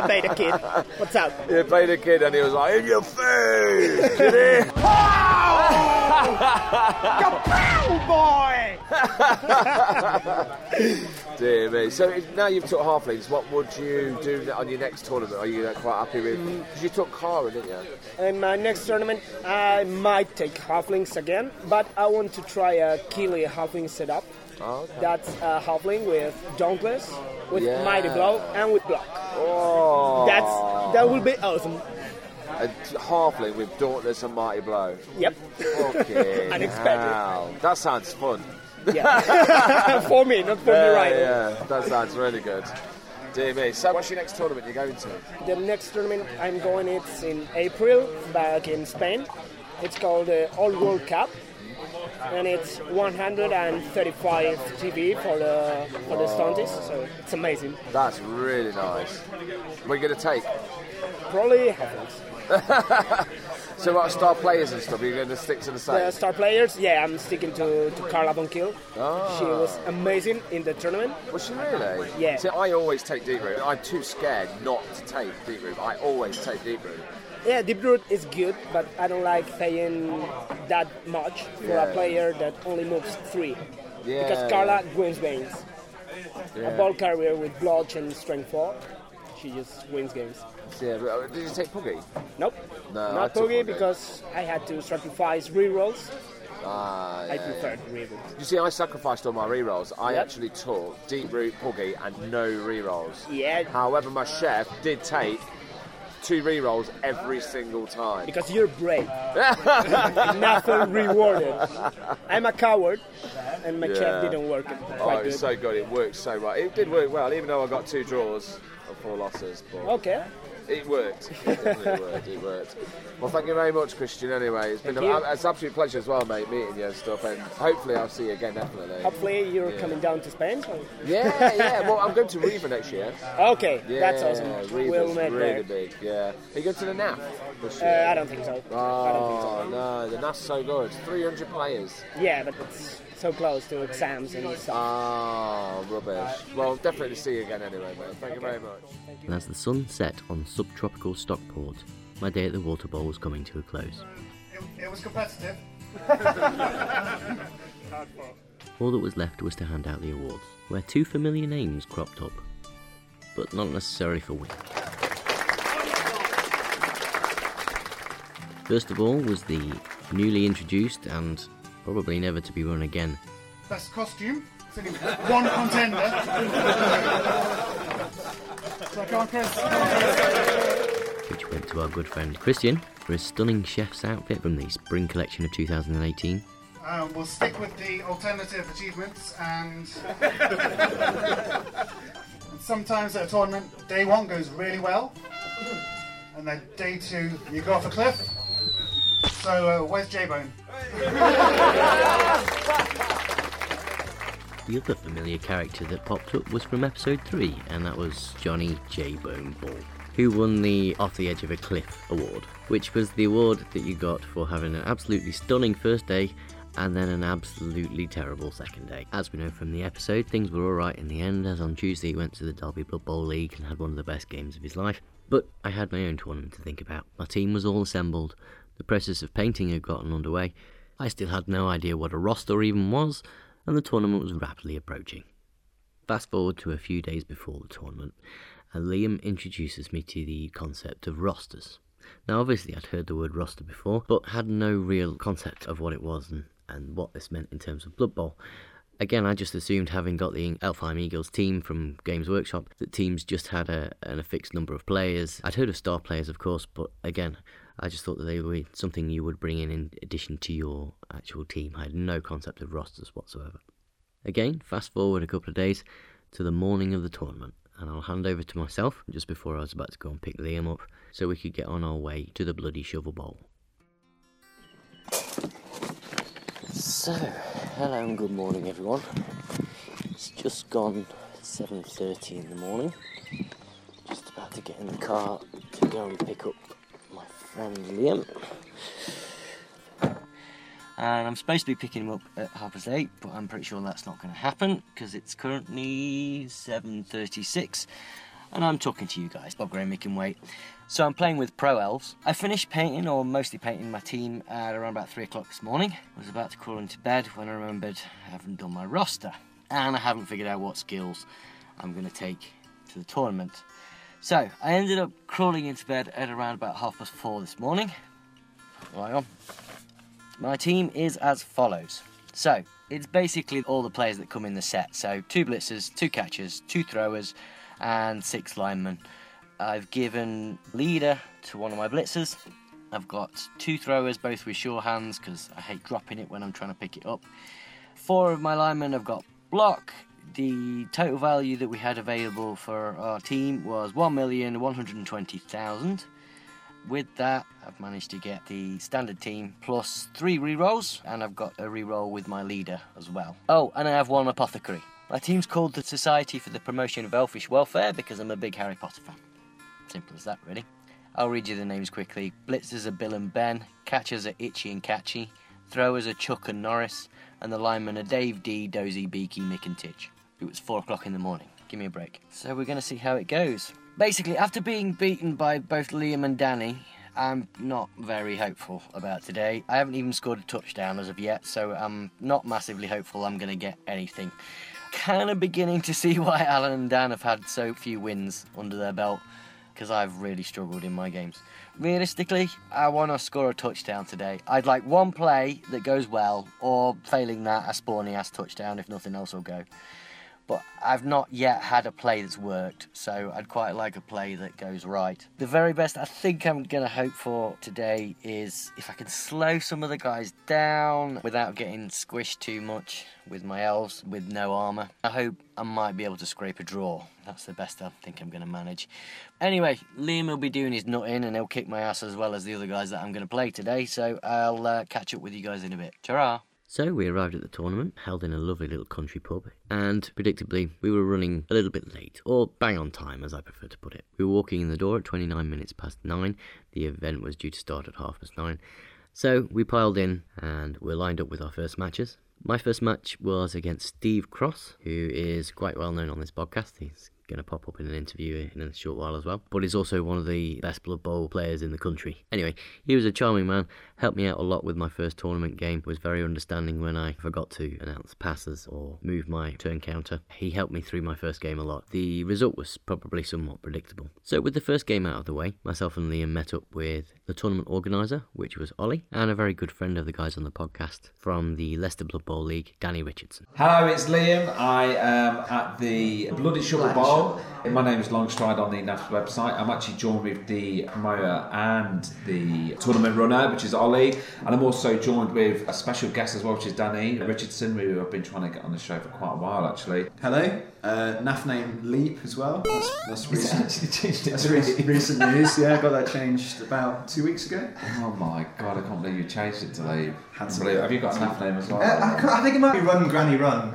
J: I paid a kid. What's up?
E: He played a kid and he was like, in your face! kid."
P: Kapow, boy!
E: Dear me. So it- now you've took halflings, what would you do on your next tournament? Are you like, quite happy with?
J: Mm.
E: Because you took Kara, didn't you?
J: In my next tournament, I might take halflings again, but I want to try a Keely halfling setup.
E: Oh, okay.
J: That's a halfling with Dauntless, with
E: Yeah.
J: Mighty Blow, and with Block.
E: Oh.
J: That's that will be awesome.
E: A t- halfling with Dauntless and Mighty Blow.
J: Yep.
E: Fucking
J: (laughs) Unexpected.
E: hell. That sounds fun.
J: Yeah. (laughs) for me, not for
E: yeah,
J: me, right?
E: Yeah, that sounds really good. Dear me. So what's your next tournament you're going to?
J: The next tournament I'm going it's in April back in Spain. It's called the All World Cup, and it's 135 GB for the for the stunties. So it's amazing.
E: That's really nice. We're going to take.
J: Probably happens.
E: (laughs) So what star players and stuff? You're going to stick to the same.
J: The star players, yeah, I'm sticking to, to Carla Bonkill.
E: Ah.
J: She was amazing in the tournament.
E: Was she really?
J: Yeah.
E: See, I always take deep root. I'm too scared not to take deep root. I always take deep root.
J: Yeah, Deep Root is good, but I don't like paying that much for
E: Yeah.
J: a player that only moves three.
E: Yeah,
J: because Carla wins games.
E: Yeah.
J: A ball carrier with blodge and strength four, she just wins games.
E: Yeah, but, uh, did you take Puggy?
J: Nope.
E: No, I
J: Not
E: took
J: Poogie
E: Puggy.
J: because I had to sacrifice rerolls.
E: Ah,
J: I
E: yeah,
J: preferred
E: yeah.
J: rerolls.
E: You see, I sacrificed all my rerolls. I
J: Yep.
E: actually took deep root Puggy and no rerolls.
J: Yeah.
E: However, my chef did take two rerolls every single time.
J: Because
E: (laughs)
J: you're brave. Nothing rewarded. I'm a coward, and my
E: Yeah.
J: chef didn't work it
E: Oh,
J: quite
E: it
J: good.
E: was so good. It worked so well. It did work well, even though I got two draws and four losses. But
J: Okay.
E: It worked.
C: (laughs)
E: It definitely worked. It worked. Well, thank you very much, Christian. Anyway, it's been
J: Thank
E: a, uh,
J: you.
E: it's an absolute pleasure as well, mate, meeting you and stuff. And hopefully, I'll see you again. Definitely.
J: Hopefully, you're
E: Yeah.
J: coming down to Spain. so-
E: Yeah,
J: (laughs)
E: yeah. Well, I'm going to Riva next year.
J: Okay,
E: Yeah,
J: that's awesome.
E: Riva's
J: we'll meet
E: really
J: there.
E: big. Yeah. Are you going to the NAF this
J: Uh,
E: year?
J: I don't think so.
E: Oh
J: I don't think so.
E: no, the NAF's so good. 300 players.
J: Yeah, but it's so close to exams and stuff.
E: Oh, rubbish. Well, definitely see you again anyway, mate. Thank you very much.
D: And as the sun set on subtropical Stockport, my day at the water bowl was coming to a close.
F: It, it was competitive. Hard fought.
D: All that was left was to hand out the awards, where two familiar names cropped up, but not necessarily for winning. First of all was the newly introduced and probably never to be run again
F: Best costume. It's only one contender. so go on, Chris. Come on, Chris.
D: which went to our good friend Christian for his stunning chef's outfit from the spring collection of 2018.
F: Um, we'll stick with the alternative achievements and. and sometimes at a tournament, day one goes really well, and then day two, you go off a cliff. So, uh, where's J Bone?
D: The other familiar character that popped up was from episode 3, and that was Johnny J. Bone Ball, who won the Off the Edge of a Cliff award, which was the award that you got for having an absolutely stunning first day and then an absolutely terrible second day. As we know from the episode, things were alright in the end, as on Tuesday he went to the Derby Football League and had one of the best games of his life. But I had my own tournament to think about. My team was all assembled, the process of painting had gotten underway, I still had no idea what a roster even was, and the tournament was rapidly approaching. Fast forward to a few days before the tournament, and Liam introduces me to the concept of rosters. Now, obviously, I'd heard the word roster before, but had no real concept of what it was and, and what this meant in terms of Blood Bowl. Again, I just assumed, having got the Elfheim Eagles team from Games Workshop, that teams just had a, an affixed number of players. I'd heard of star players, of course, but again, I just thought that they were something you would bring in in addition to your actual team. I had no concept of rosters whatsoever. Again, fast forward a couple of days to the morning of the tournament, and I'll hand over to myself just before I was about to go and pick Liam up so we could get on our way to the bloody shovel bowl.
Q: So, hello and good morning, everyone. It's just gone 7:30 in the morning. Just about to get in the car to go and pick up my friend Liam.
D: And I'm supposed to be picking him up at half past eight, but I'm pretty sure that's not going to happen because it's currently 7:36, and I'm talking to you guys. Bob Gray making wait. So I'm playing with Pro Elves. I finished painting, or mostly painting, my team at around about three o'clock this morning. I was about to crawl into bed when I remembered I haven't done my roster, and I haven't figured out what skills I'm going to take to the tournament. So I ended up crawling into bed at around about half past four this morning. Right on. My team is as follows. So, it's basically all the players that come in the set. So, two blitzers, two catchers, two throwers, and six linemen. I've given leader to one of my blitzers. I've got two throwers, both with sure hands, because I hate dropping it when I'm trying to pick it up. Four of my linemen I've got block. The total value that we had available for our team was 1,120,000 with that, I've managed to get the standard team plus three rerolls, and I've got a reroll with my leader as well. Oh, and I have one apothecary. My team's called the Society for the Promotion of Elfish Welfare because I'm a big Harry Potter fan. Simple as that, really. I'll read you the names quickly. Blitzers are Bill and Ben, catchers are Itchy and Catchy, throwers are Chuck and Norris, and the linemen are Dave D, Dozy, Beaky, Mick, and Titch. It was four o'clock in the morning. Give me a break. So we're going to see how it goes basically, after being beaten by both Liam and Danny, I'm not very hopeful about today. I haven't even scored a touchdown as of yet, so I'm not massively hopeful I'm going to get anything. Kind of beginning to see (laughs) why Alan and Dan have had so few wins under their belt, because I've really struggled in my games. Realistically, I want to score a touchdown today. I'd like one play that goes well, or failing that, a spawny ass touchdown if nothing else will go but I've not yet had a play that's worked, so I'd quite like a play that goes right. The very best I think I'm going to hope for today is if I can slow some of the guys down without getting squished too much with my elves with no armour. I hope I might be able to scrape a draw. That's the best I think I'm going to manage. Anyway, Liam will be doing his nutting and he'll kick my ass as well as the other guys that I'm going to play today, so I'll uh, catch up with you guys in a bit. Ta so we arrived at the tournament, held in a lovely little country pub, and predictably, we were running a little bit late, or bang on time as I prefer to put it. We were walking in the door at 29 minutes past 9, the event was due to start at half past 9, so we piled in and we're lined up with our first matches. My first match was against Steve Cross, who is quite well known on this podcast. He's going to pop up in an interview in a short while as well. But he's also one of the best Blood Bowl players in the country. Anyway, he was a charming man, helped me out a lot with my first tournament game, was very understanding when I forgot to announce passes or move my turn counter. He helped me through my first game a lot. The result was probably somewhat predictable. So, with the first game out of the way, myself and Liam met up with the tournament organiser, which was Ollie, and a very good friend of the guys on the podcast from the Leicester Blood Bowl League, Danny Richardson.
C: Hello, it's Liam. I am at the Bloody Shovel Bowl. My name is Longstride on the NAFS website. I'm actually joined with the promoter and the tournament runner, which is Ollie. And I'm also joined with a special guest as well, which is Danny Richardson, who I've been trying to get on the show for quite a while actually.
R: Hello. Uh, NAF name Leap as well. That's, that's recent.
C: it
R: that's re- recent news. Yeah, got that changed about two weeks ago.
C: Oh my god, I can't believe you changed it to Leap. Have you got a NAF name as well?
E: (laughs)
R: Uh, I, I, think it might be Run Granny Run.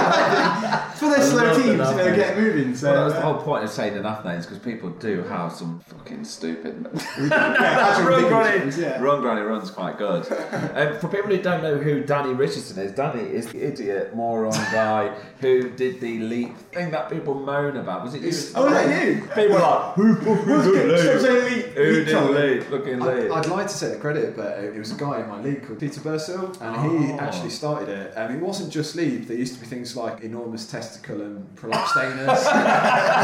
E: It's for their slow teams, you know, get moving. So uh,
C: well, that was the whole point of saying enough names because people do have some fucking stupid.
E: (laughs) that's a
C: Run
E: ridiculous
C: Granny,
E: ones, yeah.
C: Run Granny runs
E: (laughs)
C: quite good. um, for people who don't know who Danny Richardson is, Danny is the idiot moron guy who did the leap thing that people moan about. Was it you?
E: Oh, was that you?
C: People are like who fucking
E: Who's
C: did
E: good?
C: leap?
E: Should I say leap?
C: Who
E: Leap
C: did
E: troll?
C: leap? Fucking leap.
E: I, I'd like to take the credit, but it, it was a guy in my league called Peter Bursell, and he
C: Oh.
E: actually started it. Um, it wasn't just leave. There used to be things like enormous testicle and prolapsed (laughs) anus,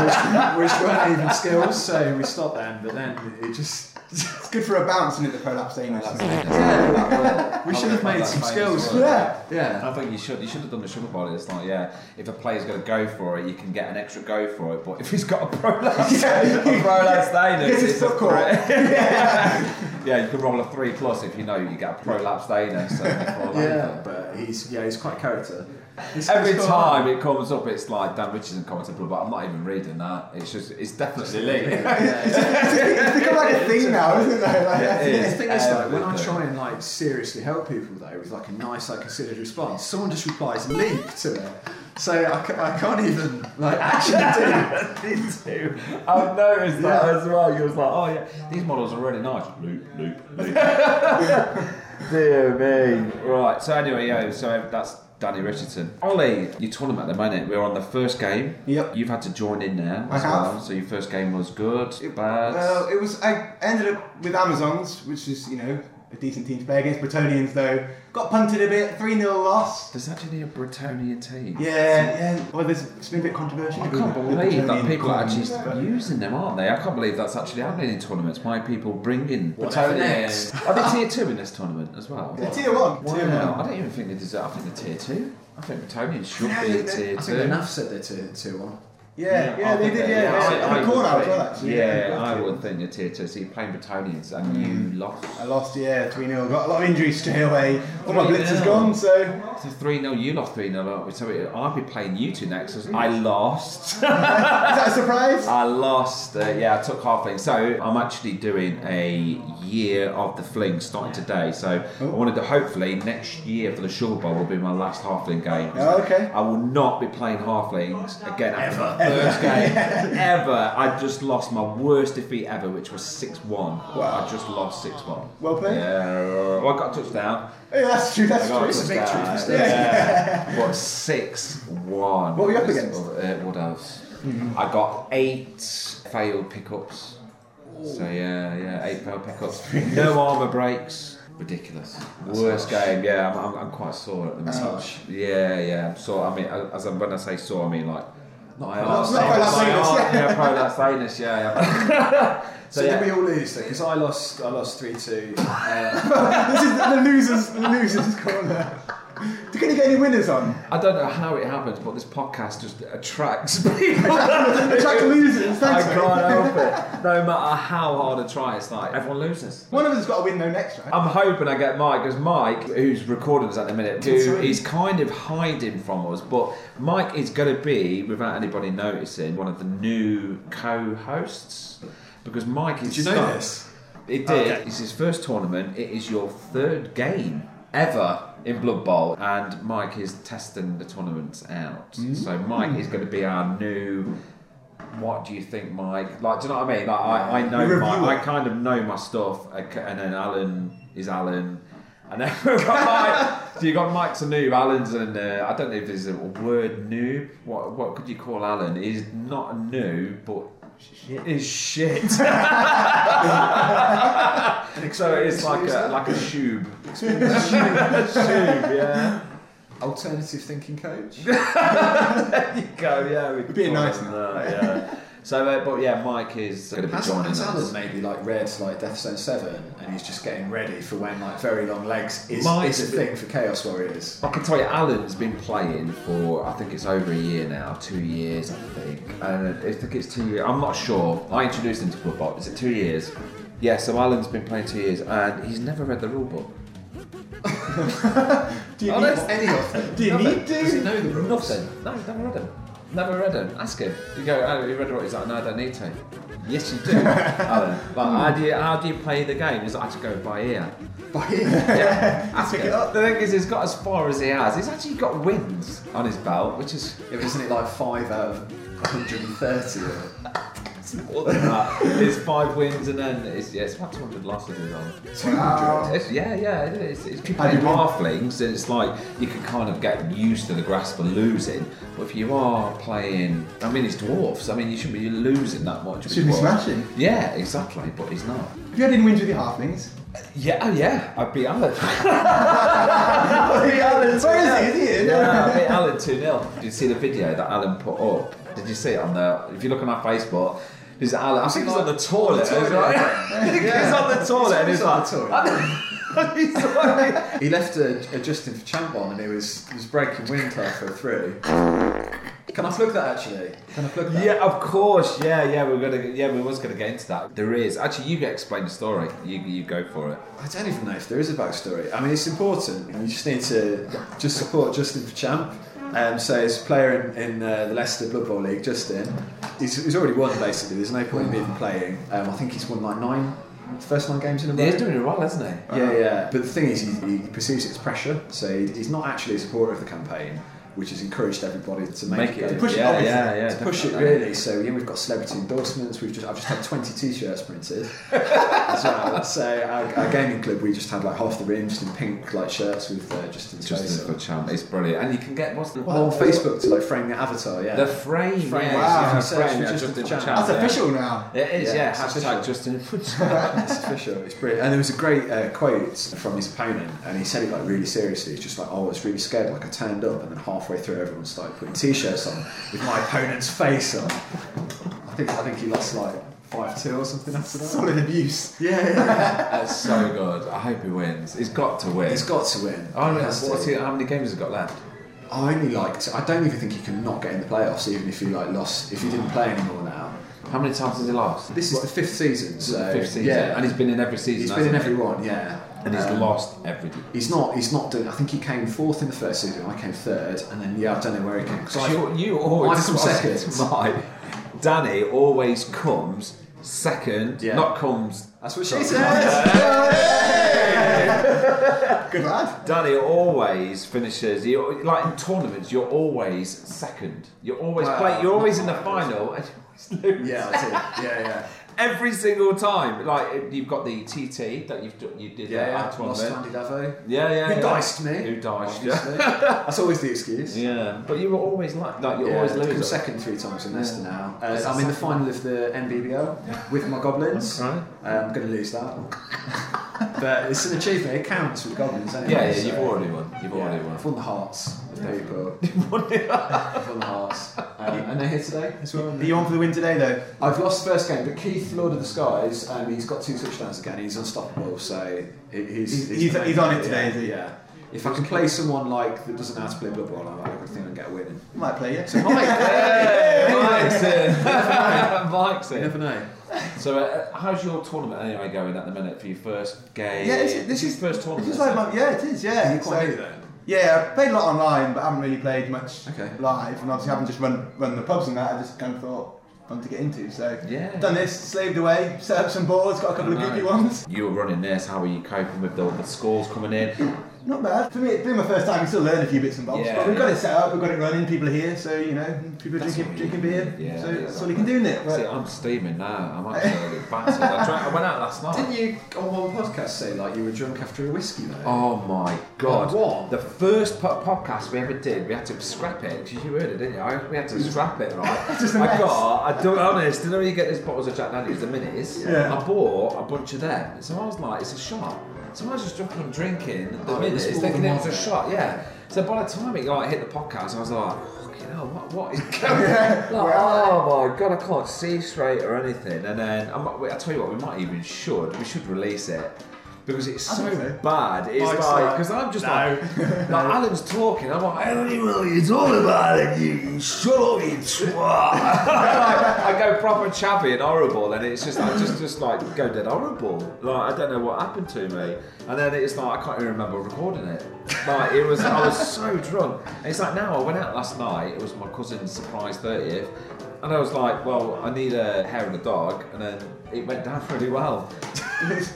E: which, which weren't even skills. So we stopped them, but then it just. It's good for a bounce, isn't it? The prolapsed anus. yeah, we should have made some skills. Yeah, yeah.
C: I think you should. You should have done the sugar body. It's like, yeah, if a player's going to go for it, you can get an extra go for it. But if he's got
E: (laughs)
C: a prolapse, a prolapse anus,
E: Gets his
C: it's a
E: foot (laughs) caught.
C: threat. yeah, you can roll a three plus if you know you get a
E: (laughs)
C: prolapsed anus. So
E: Yeah, but he's yeah he's quite character. He's-
C: Every
E: he's got-
C: time it comes up, it's like Dan Richardson commented, but I'm not even reading that. It's just, it's definitely
E: (laughs)
C: Lee. (laughs)
E: it's become like a thing now, isn't it? Like,
C: Yeah, it is.
E: The thing is, though, when I
C: Everything.
E: try and like seriously help people though with like a nice, like considered response, someone just replies "leap" to it. So I, ca- I can't even like
C: (laughs)
E: actually do.
C: too. I've noticed that as well. You was like, oh yeah, these models are really nice. Loop, loop, loop. (laughs) Dear me. Right. So anyway, yeah. So that's Danny Richardson. Ollie, your tournament at the minute. We're on the first game. Yep. You've had to join in now.
S: I
C: as
S: have. Uh,
C: Well. So your first game was good, bad.
S: Well, it was. I ended up with Amazons, which is you know a decent team to play against. Bretonians though got punted a bit, three 0 loss.
C: There's actually a Bretonian team.
S: Yeah, yeah. Well, there's it's been a bit controversial.
C: I can't believe that people are actually using them, aren't they? I can't believe that's actually happening in tournaments. Why are people bringing
S: What
C: Bretonians?
S: next?
C: Are they tier two in this tournament as well?
S: They're tier one.
C: Wow.
S: Tier one.
C: I don't even think they deserve. I think they're tier two. I think Bretonians should
E: Yeah,
C: be
E: they-
C: in tier
E: I
C: two.
E: think enough said they're tier two one.
S: Yeah, yeah,
C: I
S: they
C: think they're-
S: did, yeah, yeah.
C: I-
S: The
C: I would
S: corner as
C: think-
S: well, actually,
C: Yeah,
S: yeah.
C: I would think they're tier two. So you're playing Bretonians and you lost.
S: I lost, yeah, three 0 Got a lot of injuries straight away. All my
C: 3-0.
S: blitz is gone, so (laughs)
C: So 3 0, you lost 3 0. So it- I'll be playing you two next. 'cause
S: Mm.
C: I lost. is
S: that a surprise? (laughs)
C: I lost. Uh, yeah, I took halfling. So I'm actually doing a year of the fling starting today. So
S: Oh.
C: I wanted to hopefully next year for the Sugar Bowl will be my last halfling game.
S: Oh, okay.
C: I will not be playing halflings again after
S: Ever.
C: the
S: (laughs)
C: first
S: Ever.
C: game ever. I just lost my worst defeat ever, which was six one.
S: Wow.
C: I just lost six one.
S: Well played.
C: Yeah, well, I got a touchdown.
S: Hey, that's true, that's
C: I got
S: true. It's a
C: touchdown.
S: victory for Steve. (laughs)
C: Yeah. What six one?
S: What were you up against?
C: Uh, what else?
E: Mm-hmm.
C: I got eight failed pickups. So yeah, yeah, eight
E: (laughs)
C: failed pickups. No armor breaks. Ridiculous.
E: That's
C: Worst
E: harsh.
C: game. Yeah, I'm, I'm, I'm quite sore at the
E: That's
C: minute.
E: harsh.
C: Yeah, yeah. I'm sore. I mean, as I, when I say sore, I mean like.
E: Not
C: my
E: prolapse
C: arse-
E: anus.
C: my
E: Prolapse (laughs)
C: arse-
E: anus, yeah.
C: Yeah, prolapse anus. Yeah, yeah.
E: (laughs) So,
C: So, yeah. (laughs)
E: did we all lose though? Because I lost, I lost three two. uh, (laughs)
S: this is the losers, the losers corner. Can you get any winners on?
C: I don't know how it happens, but this podcast just attracts (laughs) people.
S: Attract losers,
C: I
S: thanks, mate.
C: can't
E: (laughs)
C: help it. No matter how hard I try, it's like everyone loses.
S: One of us has got to win though next, right?
C: I'm hoping I get Mike, because Mike, who's recording us at the minute, who is kind of hiding from us, but Mike is going to be, without anybody noticing, one of the new co-hosts, because Mike is.
E: Did you know
C: stuck-
E: this?
C: It did.
E: Okay.
C: It's his first tournament. It is your third game ever in Blood Bowl, and Mike is testing the tournaments out.
E: Mm.
C: So Mike is going to be our new. What do you think, Mike? Like, do you know what I mean? Like, I, I know
E: Your
C: my,
E: reviewer.
C: I kind of know my stuff, I c- and then Alan is Alan, and then (laughs) we've
E: (laughs)
C: got Mike. so you got Mike's a noob, Alan's and uh, I don't know if there's a word noob. What what could you call Alan? He's not a noob, but
E: (laughs)
C: is shit. so it's like a like a shoob. shoob, yeah.
E: Alternative thinking coach.
C: There you go. Yeah, we could
E: be a
C: call
E: nice
C: him that, yeah. So, uh, but yeah, Mike is going to be
E: Has,
C: joining
E: has
C: us.
E: Alan maybe like read like Death Zone Seven, and he's just getting ready for when like very long legs is,
C: Might
E: is a
C: be.
E: thing for Chaos Warriors.
C: I can tell you, Alan's been playing for I think it's over a year now, two years I think, and I think it's two years. I'm not sure. I introduced him to football. Is it two years? Yeah. So Alan's been playing two years, and he's never read the rule book.
E: Do you
C: Oh,
E: need
C: that's-
E: any of them?
C: Do you
E: Nothing.
C: need to?
E: Does he know the rules?
C: Nothing. No, he's never read them. Never read him. Ask him. You go, oh, you read what? He's like, no, I don't need to. Yes, you do.
E: (laughs)
C: Alan. Like, how do you, how do you play the game? He's like, I have to go by ear. By ear? yeah. Ask him. The thing is, he's got as far as he has. He's actually got wins on his belt, which is.
E: Isn't it like five out of 130? or-
C: It's more than that. It's five wins and then it's, yeah, it's about 200 losses as well.
E: 200?
C: It's- (laughs) yeah, yeah, it is. It's people
E: How do
C: in
E: you win?
C: halflings, and it's like you can kind of get used to the grasp of losing. But if you are playing, I mean, it's dwarfs. I mean, you shouldn't be losing that much. with
S: Should be
C: dwarves.
S: smashing.
C: Yeah, exactly. But he's not.
S: Have you had any wins with your halflings?
C: Yeah, oh yeah, I'd
E: (laughs)
C: be Alan. (laughs)
S: I'd beat Alan Where is he? Is he in?
C: Yeah, I beat Alan 2 0. Did you see the video that Alan put up? Did you see it on the. If you look on our Facebook, there's Alan. I think he's on the toilet.
E: on the
C: He's, like-
E: toilet.
C: (laughs) I think he's
E: Yeah.
C: on the toilet and
E: (laughs) He's
C: he's
E: on
C: like.
E: the toilet. he left a, a Justin for Champ on and he was, was breaking wind halfway through. Can I plug that actually? Can I plug that?
C: Yeah, of course. Yeah, yeah, we we're gonna. Yeah, we was gonna get into that. There is actually. You get explain the story. You, you go for it.
E: I don't even know if there is a backstory. I mean, it's important. You just need to just support Justin for champ. Um, so he's a player in, in uh, the Leicester Blood Bowl League, Justin. He's, he's already won basically. There's no point in even playing. Um, I think he's won like nine, first nine games in a row.
C: Yeah, he's doing it well, isn't he?
E: Yeah, (laughs) yeah. Um, But the thing is, he, he perceives it as pressure. So he, he's not actually a supporter of the campaign. Which has encouraged everybody to make,
C: Make it,
E: go.
C: To push it, yeah, obviously. yeah, yeah,
E: to push it
C: definitely.
E: really. So yeah, we've got celebrity endorsements. We've just I've just had twenty t-shirts printed as well. So our, our gaming club, we just had like half the room just in pink like shirts with uh, Justin's
C: Justin
E: face.
C: for champ. It's brilliant, and you can get what's the
E: Well, on Facebook to like frame your avatar, yeah.
C: The frame,
E: Frame,
C: yeah,
E: wow.
C: yeah,
E: If you
C: frame,
E: search for
C: yeah,
E: Justin
C: Justin
E: for Champ.
C: Champ,
E: That's
C: yeah.
E: official now.
C: It is, yeah.
E: Yeah, it's
C: Hashtag
E: official.
C: Justin for
E: (laughs) it's official. It's brilliant. And there was a great uh, quote from his opponent, and he said it like really seriously. It's just like, "Oh, I was really scared. Like I turned up, and then halfway through, everyone started putting t-shirts on with my opponent's face on." I think I think he lost like five two or something after that.
S: Solid abuse.
E: Yeah, yeah.
C: (laughs) That's so good. I hope he wins. He's got to win. Oh,
E: He's got to win.
C: I don't
E: He
C: know,
E: has to.
C: what's he- how many games has he got left?
E: I only liked. I don't even think he can not get in the playoffs, even if he like lost. If he didn't play anymore now.
C: How many times has he lost?
E: This is the fifth season.
C: This is the
E: So
C: fifth season.
E: yeah,
C: And he's been in every season,
E: He's been in
C: hasn't
E: every
C: he?
E: one, yeah. Um,
C: And he's lost every.
E: He's not. He's not doing. I think he came fourth in the first season. I came third, and then yeah, I don't know where he came.
C: So
E: I-
C: you, you always
E: I (laughs) come
C: well,
E: second.
C: Right. Danny always comes second,
E: Yeah.
C: not comes.
E: That's what she
C: comes-
E: Good lad.
C: Danny always finishes. You like in tournaments, you're always second. You're always
E: Well,
C: play. You're always in the final. And you always lose.
E: Yeah, that's it. Yeah, yeah.
C: (laughs) Every single time, like you've got the TT that you've done, you did
E: Yeah,
C: that
E: yeah.
C: at
E: Lost to
C: tournament.
E: Andy Davo.
C: Yeah, yeah.
E: Who
C: yeah.
E: diced me?
C: Who diced? you? (laughs)
E: Obviously. That's always the excuse.
C: Yeah, but you were always like, like you
E: Yeah,
C: always
E: I've
C: lose.
E: come second three times in Leicester now.
C: Is
E: Uh,
C: that
E: I'm in the
C: second?
E: final of the NBBL with my Goblins.
C: Okay.
E: Uh, I'm going to lose
C: (laughs)
E: that one. but it's an achievement. It counts with Goblins anyway.
C: Yeah, yeah,
E: so-
C: you've already won. You've already won.
E: I've won the hearts of
C: (laughs)
E: people. I've won the hearts. Um, and they're here today as well. aren't
S: Are
E: they?
S: you on for the win today, though?
E: I've lost the first game, but Keith, Lord of the Skies, um, he's got two touchdowns again. He's unstoppable, so he- he's
S: He's- he's-
E: the main
S: he's on it
E: guy,
S: today,
E: yeah,
S: is he?
E: Yeah. If I can play someone like that doesn't know how to play Blood Bowl, I I think I'll get a win.
S: Might play you.
E: So (laughs) Mike,
C: (laughs) Mike's in. Mike's
E: You
C: in.
E: never know.
C: So, uh, how's your tournament anyway going at the minute for your first game?
S: Yeah, this, this is
C: first tournament.
S: This is like
C: isn't
S: my, yeah, it is. Yeah,
E: You quite
S: So-
E: new then?
S: Yeah, I played a lot online, but I haven't really played much
E: Okay.
S: live. And obviously, I haven't just run run the pubs and that. I just kind of thought fun to get into. So
C: Yeah.
S: done this, slaved away, set up some boards, got a couple of
C: I
S: geeky
C: know.
S: ones.
C: it? You were running this. How are you coping with all the scores coming
S: (clears throat)
C: in?
S: Not bad. For me, it's been my first time. I still learn a few bits and bobs.
C: Yeah,
S: but we've got
C: yeah.
S: it set up. We've got it running. People are here, so you know, people are drinking drinking beer.
C: Yeah,
S: so
C: yeah,
S: that's all you can do, innit?
C: See, I'm steaming now. I'm absolutely battered. I, drank, I went out last night.
E: Didn't you on one podcast say like you were drunk after a whiskey though?
C: Oh my god!
E: What?
C: The first po- podcast we ever did, we had to
E: (laughs)
C: scrap it because you heard it, didn't you? I, we
S: (laughs)
C: had to scrap it, right?
S: Just a
C: I
S: mess.
C: got, I don't honest. You know, when you get those bottles of Jack Daniels, the minis.
S: Yeah.
C: I bought a bunch of them, so I was like, it's a shot. So I was just drinking, drinking the
E: Oh, it was
C: minis,
E: more
C: thinking
E: than
C: it was a
E: one.
C: shot. Yeah. So by the time it like hit the podcast, I was like. "Fucking hell, What, what is (laughs) going
S: Yeah.
C: on? Like, oh my god, I can't see straight or anything. And then I'm, I tell you what, we might even should. We should release it because it's
E: I
C: so
E: think so.
C: bad. It's
E: Mike's
C: like
E: like,
C: because I'm just
E: "No."
C: like, like Alan's talking. I'm like, I don't even know what you're talking about. And you shut up,
F: (laughs)
C: you twat. (laughs) I go proper chappy and horrible, and it's just like just just like go dead horrible. Like I don't know what happened to me, and then it's like I can't even remember recording it. Like it was, I was so drunk. And it's like now I went out last night. It was my cousin's surprise thirtieth, and I was like, well, I need a hair and a dog, and then it went down (laughs) really well.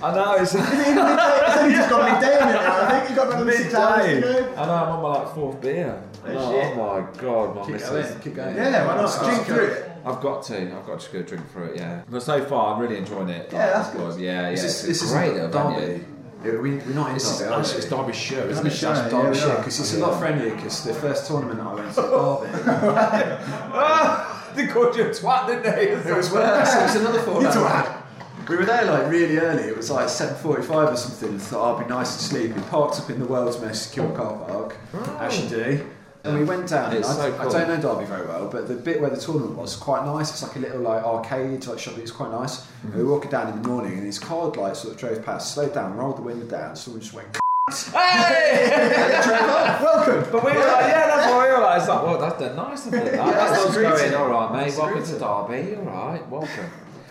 C: I know
E: (laughs)
C: it's.
E: it's only just gone midday in it now. I think you got about another six hours to
C: Midday.
E: go.
C: I know I'm on my like fourth beer.
E: Oh,
C: No,
E: shit.
C: oh my god, my
E: Keep
C: missus.
E: going, keep going. Yeah, why not?
C: I've got
E: Drink
C: to-
E: through it.
C: I've got to. I've got to go drink through it. Yeah, but so far I'm really enjoying it.
E: Yeah, that's
C: Like,
E: good.
C: Yeah, yeah.
E: This is- this
C: it's
E: is
C: great.
E: Derby.
C: We, we're
E: not in Derby, are
C: It's
E: we?
C: Derby show.
E: It's
C: isn't
E: a
C: it?
E: show, yeah,
C: That's Derby
E: we
C: show
E: are.
C: because
E: it's a
C: (laughs)
E: lot friendlier because the first tournament I went to, Derby,
C: (laughs) they called you a Oh, twat, didn't they?
E: it
C: (laughs)
E: was worse. It was another four. We were there like really early. It was like seven forty-five or something. Thought "Oh, I'd be nice and sleepy. Parked up in the world's most secure car park, as you do. And we went down.
C: It's
E: and I,
C: so cool.
E: I don't know Derby very well, but the bit where the tournament was quite nice. It's like a little like arcade like shop. It's quite nice.
C: Mm-hmm.
E: And we were walking down in the morning, and his card light sort of drove past, slowed down, rolled the window down. Someone just went. (laughs)
C: Hey!
E: drove off. Welcome.
C: But we were like, yeah, that's what we were like. It's like, well, that's the nice of them. (laughs) That.
E: Yeah,
C: that's
E: that's
C: what's
E: greeting.
C: going. All right, mate.
E: That's
C: Welcome to Derby. All right, welcome.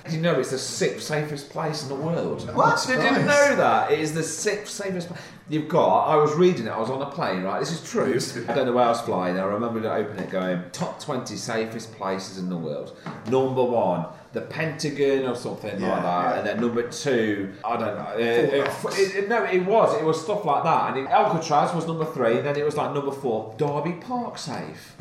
C: You know, it's the sixth safest place in the world.
E: What?
C: Did you
E: Nice.
C: know that? It is the sixth safest place. You've got. I was reading it. I was on a plane. Right, this is true. I don't know where I was flying. I remember to open it, going top twenty safest places in the world. Number one. The Pentagon or something like that, and then number two, I don't know. uh, uh,
E: Fort Knox.
C: it, it- no, it was. It was stuff like that. And it, Alcatraz was number three, and then it was like number four, Derby Park Safe.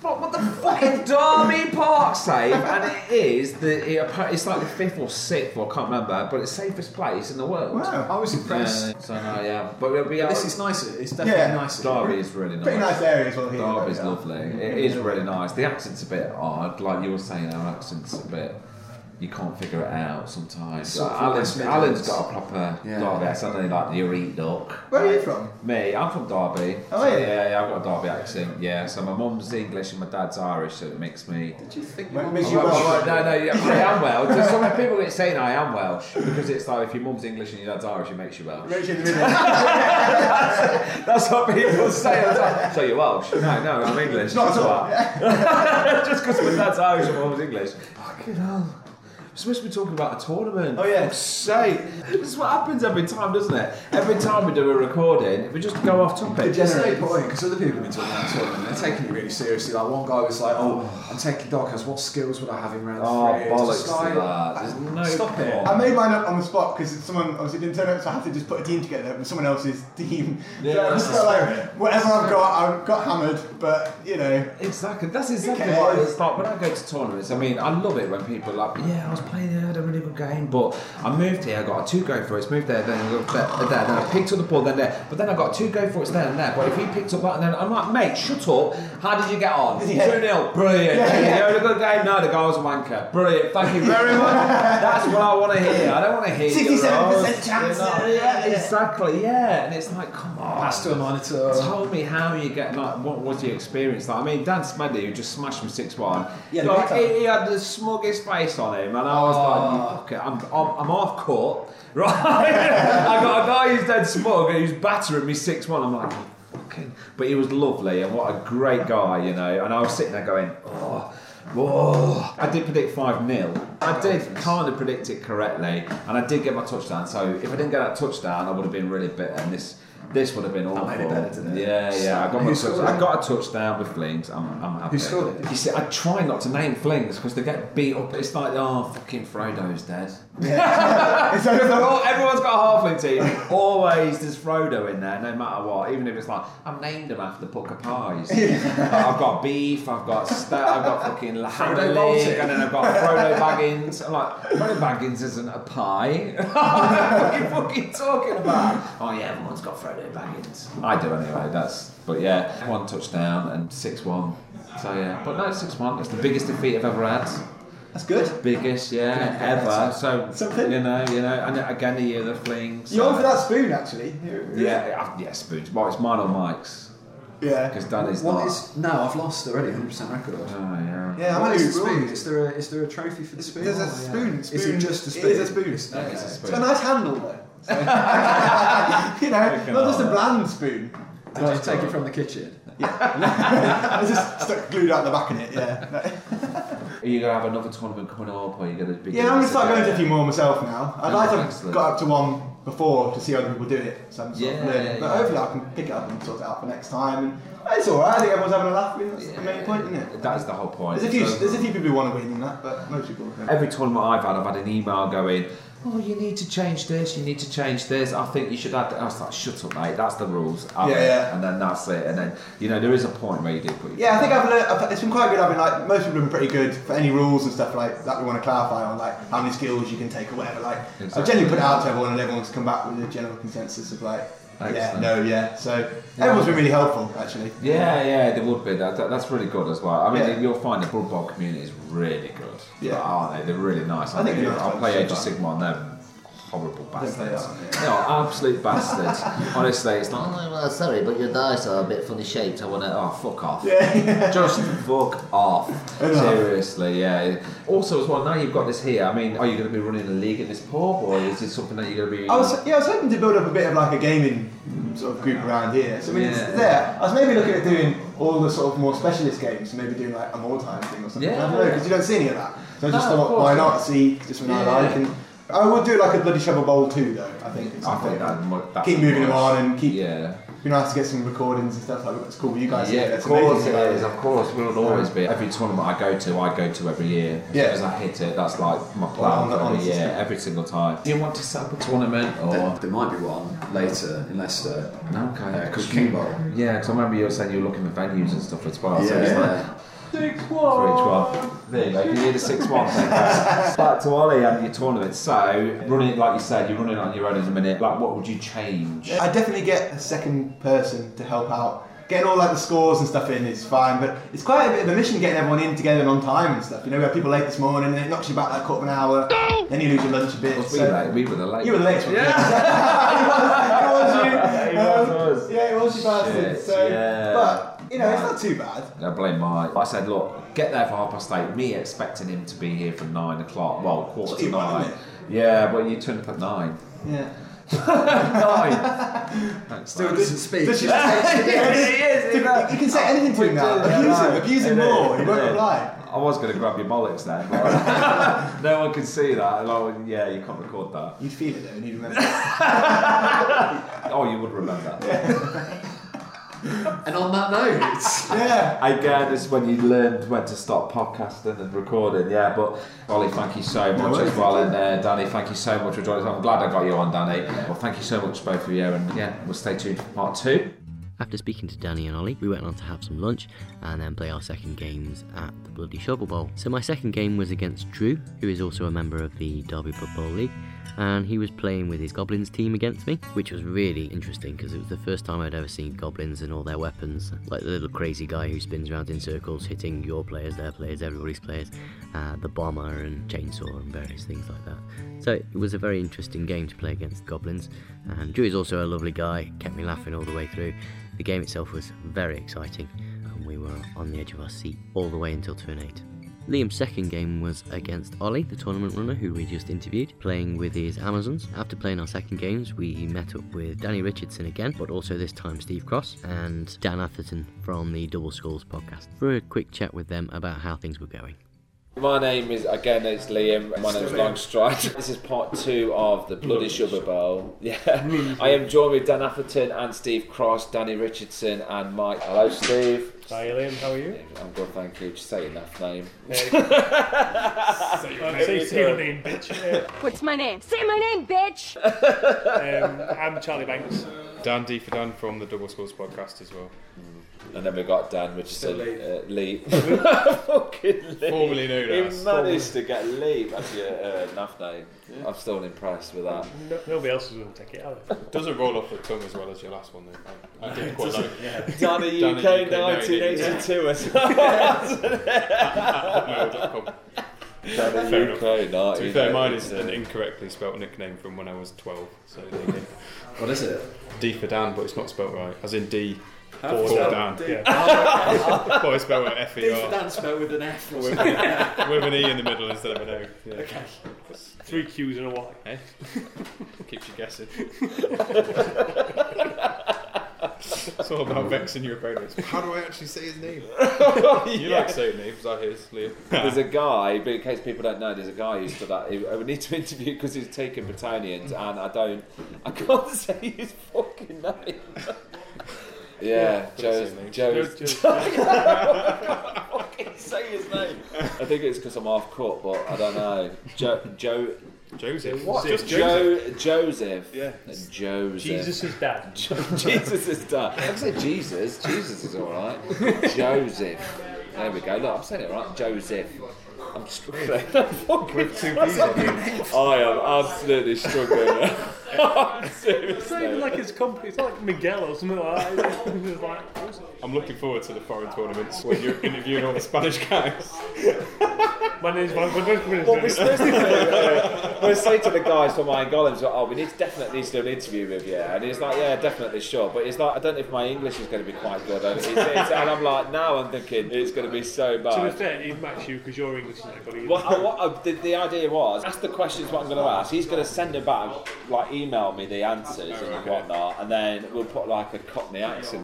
C: What, what the fucking Derby Park
E: (laughs)
C: Safe? And it is the. It, appa- it's like the fifth or sixth, or I can't remember, but it's safest place in the world.
E: Wow, I was impressed.
C: Yeah, so no, yeah, but it'll be.
E: This is nicer. It's definitely
C: Yeah.
E: nicer.
C: Derby is really nice.
E: Pretty nice area as well here.
C: Derby's
E: Yeah. Mm-hmm.
C: lovely. It is really nice. The accent's a bit odd, like you were saying. Our accent's a bit. You can't figure it out sometimes.
E: Sort of
C: Alan's,
E: West
C: Alan's
E: Midlands.
C: got a proper
E: Yeah.
C: Derby accent. I don't like the Eureka look.
E: Where are you from?
C: Me, I'm from Derby.
E: Oh,
C: So,
E: are you?
C: yeah, yeah, I've got a Derby accent. Yeah, so my mum's English and my dad's Irish, so it makes me.
E: Did you think
C: Oh,
E: Makes you
C: well,
E: Welsh.
C: well, No, no, yeah, I am Welsh. There's some people that saying I am Welsh because it's like if your mum's English and your dad's Irish, it makes you Welsh.
E: Makes you the
S: (laughs)
E: (laughs)
C: That's what people say. all the time. So you're Welsh? No, no, I'm English.
E: Not at
C: That's
E: all.
C: why. Just because my dad's Irish and my mum's English. Fucking hell. We're supposed to be talking about a tournament. Oh yeah. For fuck's sake. This is what happens every time, doesn't it? Every time we do a recording, we just go off topic.
E: But there's no point because other people have been talking about the tournament. They're taking it really seriously. Like one guy was like, "Oh, I'm taking darkhouse. What skills would I have in round
C: Oh,
E: three? It's
C: bollocks
E: just like, "Ah,
C: to that. There's no
E: stop it.
C: point.
S: I made mine up on the spot because someone obviously didn't turn up, so I had to just put a team together with someone else's team.
C: Yeah,
S: so I
C: that's
S: just
C: the
S: felt like
C: spirit.
S: whatever I've got, I've got hammered. But you know,
C: Exactly. That's exactly
S: cares?
C: what it's like when I go to tournaments. I mean, I love it when people are like, yeah, I was playing there, I had a really good game, but I moved here, I got a two go for it, moved there, then I got there, there, then I picked up the ball, then there, but then I got a two go for it, there and there. But if he picked up that, and then I'm like, mate, shut up. How did you get (laughs) on?
E: Yeah.
C: 2 0. Brilliant.
E: Yeah,
C: (laughs) You
E: yeah.
C: had a good game? No, the guy was a wanker. Brilliant. Thank you very much. That's what I want to hear. I don't want to hear your
E: 67%
C: roles.
E: chance.
C: You're not- Yeah, exactly. Yeah. And it's like, come on.
E: Pass
C: (laughs)
E: to a monitor.
C: Tell me how you get like what was your experience like? I mean, Dan Smedley who just smashed him six one.
E: Yeah, the
C: like,
E: big time.
C: he, he had the smuggest face on him, and I was
E: Oh.
C: like, you fucker, I'm, I'm, I'm half caught, (laughs) right? I got a guy who's dead smug and who's battering me six one. I'm like. you fucking- But he was lovely, and what a great guy, you know. And I was sitting there going, "Oh, whoa!" I did predict five 0
E: Oh,
C: I did kind of predict it correctly, and I did get my touchdown. So if I didn't get that touchdown, I would have been really bitter. And this, this would have been awful.
E: made it better, didn't it?
C: Yeah, yeah. I got, my
E: Who scored
C: touch- I
E: it?
C: got a touchdown with Flings. I'm, I'm happy.
E: Who scored it?
C: You see, I try not to name Flings because they get beat up. It's like, oh, fucking Frodo's dead. (laughs)
S: It's over.
C: Oh, Everyone's got a halfling team. Always there's Frodo in there, no matter what. Even if it's like, I've named him after Pucker Pies.
E: (laughs)
C: I've got beef, I've got stout, I've got fucking Frodo
E: Baltic.
C: and then I've got Frodo Baggins. I'm like, Frodo Baggins isn't a pie. what are you fucking talking about? Oh yeah, everyone's got Frodo Baggins. I do anyway. That's but yeah, one touchdown and six one. So yeah, but no six one. It's the biggest defeat I've ever had.
S: That's good.
C: Biggest, yeah, ever. So
S: Something.
C: you know, you know, and again the year of the flings.
S: you're on for that spoon actually.
C: Yeah, yeah, spoons. Well, it's mine or Mike's.
S: Yeah.
C: Because Dan is
E: What
C: not.
E: is- no, I've lost already. 100 percent record.
C: Oh yeah.
S: Yeah, I'm
E: What
S: only
E: is a
S: wrong.
E: spoon? Is there a, is there a trophy for the spoon?
S: There's a
E: Oh, yeah.
S: spoon.
E: Is
S: Spoon.
E: it just a spoon? (laughs)
S: It is a spoon.
E: No, it's a
S: It's
E: spoon.
S: got a nice handle though. So, (laughs) you know,
R: Fucking
S: not just a
R: hell.
S: bland spoon.
R: Did you take it
S: (laughs)
R: from the kitchen?
S: Yeah. I just stuck glued out the back in it, yeah.
C: (laughs) Are you going to have another tournament coming up, or are you going to be?
S: Yeah, I'm going to start going to a few more myself now. I'd
C: Oh,
S: like to have
C: excellent.
S: got up to one before to see other people do it, so I'm sort of
C: Yeah,
S: learning. But
C: yeah.
S: hopefully I can pick it up and sort it out for next time. And it's alright, I think everyone's having a laugh. I mean, that's the main point, isn't it?
C: That is the whole point.
S: There's a few,
C: So-
S: there's a few people who want to win in that, but most people don't.
C: Every tournament I've had, I've had an email going, Oh, you need to change this, you need to change this. I think you should add that. I was like, shut up, mate, that's the rules. Have
S: Yeah,
C: it."
S: yeah.
C: And then that's it. And then, you know, there is a point where you do put your
S: Yeah, I think I've learned. I've, it's been quite good. I've been like most people have been pretty good for any rules and stuff like that. We want to clarify on like how many skills you can take or whatever. Like I've
C: Exactly.
S: generally put it out to everyone, and everyone's come back with a general consensus of like, yeah,
C: Excellent.
S: no, yeah. So
C: Yeah.
S: everyone's been really helpful actually.
C: Yeah, yeah, there would be. That, that- that's really good as well. I mean,
S: Yeah.
C: you'll find the Blood Bowl community is really good.
S: Yeah.
C: aren't they? They're really nice.
S: I think they're nice
C: I'll
S: ones,
C: play Age of
S: sometimes.
C: Sigma and they're horrible
S: think they
C: bastards.
S: are,
C: They are absolute bastards. (laughs) Honestly, it's like, oh, well, sorry, but your dice are a bit funny shaped. I want to, oh, fuck off. Just fuck off.
S: Enough.
C: Seriously, yeah. Also, as well, now you've got this here, I mean, are you going to be running a league at this pub or is this something that you're going to be.
S: I was yeah, I was hoping to build up a bit of like a gaming sort of group around here. So I mean,
C: Yeah.
S: it's there. I was maybe looking at doing all the sort of more specialist games, maybe doing like a more time thing or something. I don't know
C: Yeah.
S: because you don't see any of that. So I just
C: No, of
S: thought,
C: course
S: why
C: not.
S: not see just when I
C: Yeah.
S: like and. I would do like a bloody shovel bowl too, though. I think. it's
C: I
S: something.
C: think that, mu- that's
S: keep moving them
C: much-
S: on and keep.
C: Yeah.
S: You know, I have to get some recordings and stuff like that. It's cool. You guys,
C: yeah,
S: that's
C: of course it
S: amazing.
C: is. Of course, we'll always be. Every tournament I go to, I go to every year. As
S: Yeah.
C: soon as I hit it, that's like my
S: Well,
C: plan
S: on the-
C: for
S: on
C: every
S: the
C: year,
S: system.
C: every single time. Do you want to set up a tournament or?
R: There, there might be one later in Leicester.
C: Okay.
R: Because King Bowl.
C: Yeah, because I remember you were saying you were looking at venues and stuff as well. So
R: Yeah.
C: it's like
R: Six
C: for each one. There you go. You need a six-one. thing. Back to Ollie and your tournament. So running it like you said, you're running it on your own at the minute. Like, what would you change?
S: I definitely get a second person to help out. Getting all like the scores and stuff in is fine, but it's quite a bit of a mission getting everyone in together and on time and stuff. You know, we have people late this morning and it knocks you back like quarter of an hour. Then you lose your lunch a bit.
C: We
S: so-
C: were- we were the late.
S: You were the latest one. Yeah. (laughs) it was, it was you. Um, Yeah, it was you bastard.
C: Shit,
S: So,
C: yeah.
S: but you know, it's not too bad.
C: I blame my. I said, look, get there for half past eight. Me expecting him to be here for nine o'clock. Well, quarter to
S: It's one,
C: nine.
S: isn't
C: Yeah, but you turned up at nine.
S: Yeah.
C: (laughs) nine.
S: (laughs)
R: Still doesn't speak.
E: (laughs)
S: Does she just text you? You can say anything to him now. Abuse him. Abuse him more. He won't reply.
C: I was going to grab your bollocks then, but (laughs) no one can see that. Like, yeah, you can't record that.
S: You'd feel it though, and you'd remember.
C: (laughs) Oh, you would remember.
R: And on that note,
S: yeah.
C: Again, it's when you learned when to stop podcasting and recording, yeah. But Ollie, thank you so
S: No
C: much
S: worries,
C: as well,
S: thank
C: and uh, Danny, thank you so much for joining us. I'm glad I got you on, Danny. Well, thank you so much to both of you, and yeah, we'll stay tuned for part two.
D: After speaking to Danny and Ollie, we went on to have some lunch and then play our second games at the Bloody Shovel Bowl. So my second game was against Drew, who is also a member of the Derby Football League, and he was playing with his Goblins team against me, which was really interesting because it was the first time I'd ever seen Goblins and all their weapons, like the little crazy guy who spins around in circles, hitting your players, their players, everybody's players, uh, the bomber and chainsaw and various things like that. So it was a very interesting game to play against Goblins, and Drew is also a lovely guy, kept me laughing all the way through. The game itself was very exciting, and we were on the edge of our seat all the way until turn 8. Liam's second game was against Ollie, the tournament runner who we just interviewed, playing with his Amazons. After playing our second games, we met up with Danny Richardson again, but also this time Steve Cross and Dan Atherton from the Double Skulls podcast for a quick chat with them about how things were going.
T: My name is again it's Liam. My name is Longstride. (laughs) This is part two of the Bloody Sugar Bowl. (laughs) Yeah, I am joined with Dan Atherton and Steve Cross, Danny Richardson, and Mike. Hello, Steve.
I: Hi, Liam. How are you?
T: I'm good, thank you. Just say enough name.
I: Say your name,
T: (laughs)
I: say your name, bitch.
U: What's my name? Say my name, bitch!
I: Um, I'm Charlie Banks.
V: Dan D for Dan from the Double Schools podcast as well.
T: And then we got Dan Richardson, uh, Lee. Fucking Lee.
V: Formerly known
T: He
V: as-
T: managed to get Lee as your uh, NAF name. I'm still impressed with that.
I: No, nobody else is going to take it out.
V: (laughs) Doesn't roll off the tongue as well as your last one though. I, I did quite like it.
T: Danny
V: Dan at
T: UK (laughs)
V: (laughs)
T: 1982 as (laughs)
V: Hotmail.com.
T: Danny
V: Fair
T: UK
V: enough. To be fair, mine is an
T: 1982.
V: incorrectly spelt nickname from when I was 12. So there you go.
R: What is it?
V: D for Dan, but it's not spelt right. As in D Four
R: Four
V: down.
R: down. Oh,
V: Yeah. Boy, spelled with F E
R: Dave
V: R.
R: Dan spelled with an F or
V: With, with
R: something.
V: an E in the middle instead of an O. Yeah.
R: Okay.
V: Three Q's and a Y. Eh? Keeps you guessing. it's all about vexing your opponents.
E: How do I actually say his name?
V: (laughs) you
C: Yeah.
V: like saying names, I hear, Liam.
C: there's a guy, but in case people don't know, there's a guy who's for that. who- I would need to interview because he's taken Britannians, and I don't, I can't say his fucking name. Yeah,
E: put
C: Joe's.
E: his name.
C: Joe's.
E: Fucking say his name.
C: (laughs) I think it's because I'm half cut, but I don't know. Joe. Joe
V: Joseph.
C: What?
V: Just
C: Joe,
V: Joseph.
C: Joseph.
V: Yeah.
C: Joseph.
V: Jesus' dad.
C: Jesus is done. I (laughs) say Jesus. Jesus is all right. Joseph. There we go. Look, I'm saying it right. Joseph. I'm (laughs) struggling. With two
E: P's on it.
C: I am absolutely struggling.
V: it's not even like his company. It's like Miguel or something like that. It's like- I'm looking forward to the foreign tournaments when you're interviewing all the Spanish guys. My name's Juan Rodriguez.
C: What we're supposed to do, uh, we're saying to the guys from Iron Golems, oh, we need to definitely need to do an interview with you. And he's like, yeah, definitely, sure. But he's like, I don't know if my English is going to be quite good. And, it's, it's, and I'm like, now I'm thinking it's going to be so
V: To be
C: bad.
V: fair, he'd match you because your English is not good either.
C: What, I, what I, the, the idea was, ask the questions what I'm going to ask. Uh, He's going to send them back, like email me the answers and whatnot, and then we'll put like a Cockney accent.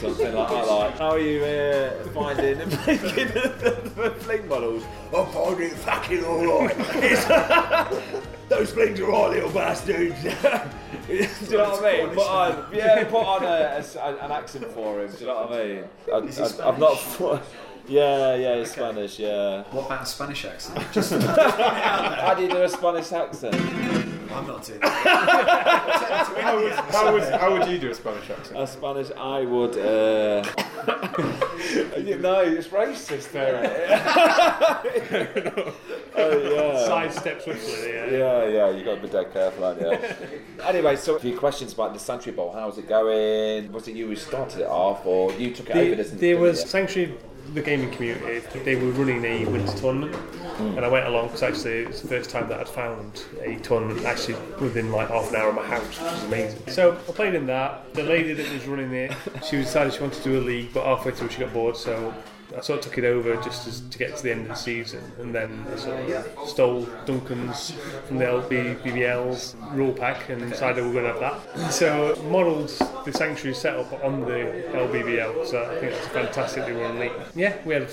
C: Something like that. Like, how are you uh, finding and (laughs) making the, the, the fling models? I'm finding it fucking
W: (laughs)
C: all right. (laughs)
E: Those flings are all little bastards.
C: do you know what I mean? Put on, yeah, put on a, a s- a- an accent for him. Do you know what I mean? I,
R: Is he
C: I, I'm not. fu- Yeah, yeah, he's Spanish. Yeah.
R: What about a Spanish accent?
C: (laughs) How do you do a Spanish accent?
R: I'm not doing
C: (laughs)
V: how, would, how, would, how would you do a Spanish accent?
C: A Spanish, I would.
R: (laughs)
C: Uh... you know, it's racist there. (laughs) oh, yeah.
V: Sidestep swiftly, yeah.
C: Yeah, yeah, you got to be dead careful,
V: (laughs)
C: aren't you? anyway, so a few questions about the Santry Bowl. How's it going? Was it you who started it off, or you took it over?
V: There,
C: Didn't
V: there
C: didn't
V: was
C: you?
V: Sanctuary, the gaming community, they were running a winter tournament.
C: Hmm.
V: And I went along because actually it was the first time that I'd found a tournament actually within like half an hour of my house, which was amazing. So I played in that. The lady that was running it, she decided she wanted to do a league, but halfway through she got bored, so I sort of took it over just as, to get to the end of the season. And then I sort of stole Duncan's from the LB, BBL's rule pack and decided we were going to have that. So modelled the sanctuary setup on the LBBL, so I think that's a fantastically run league. Yeah, we had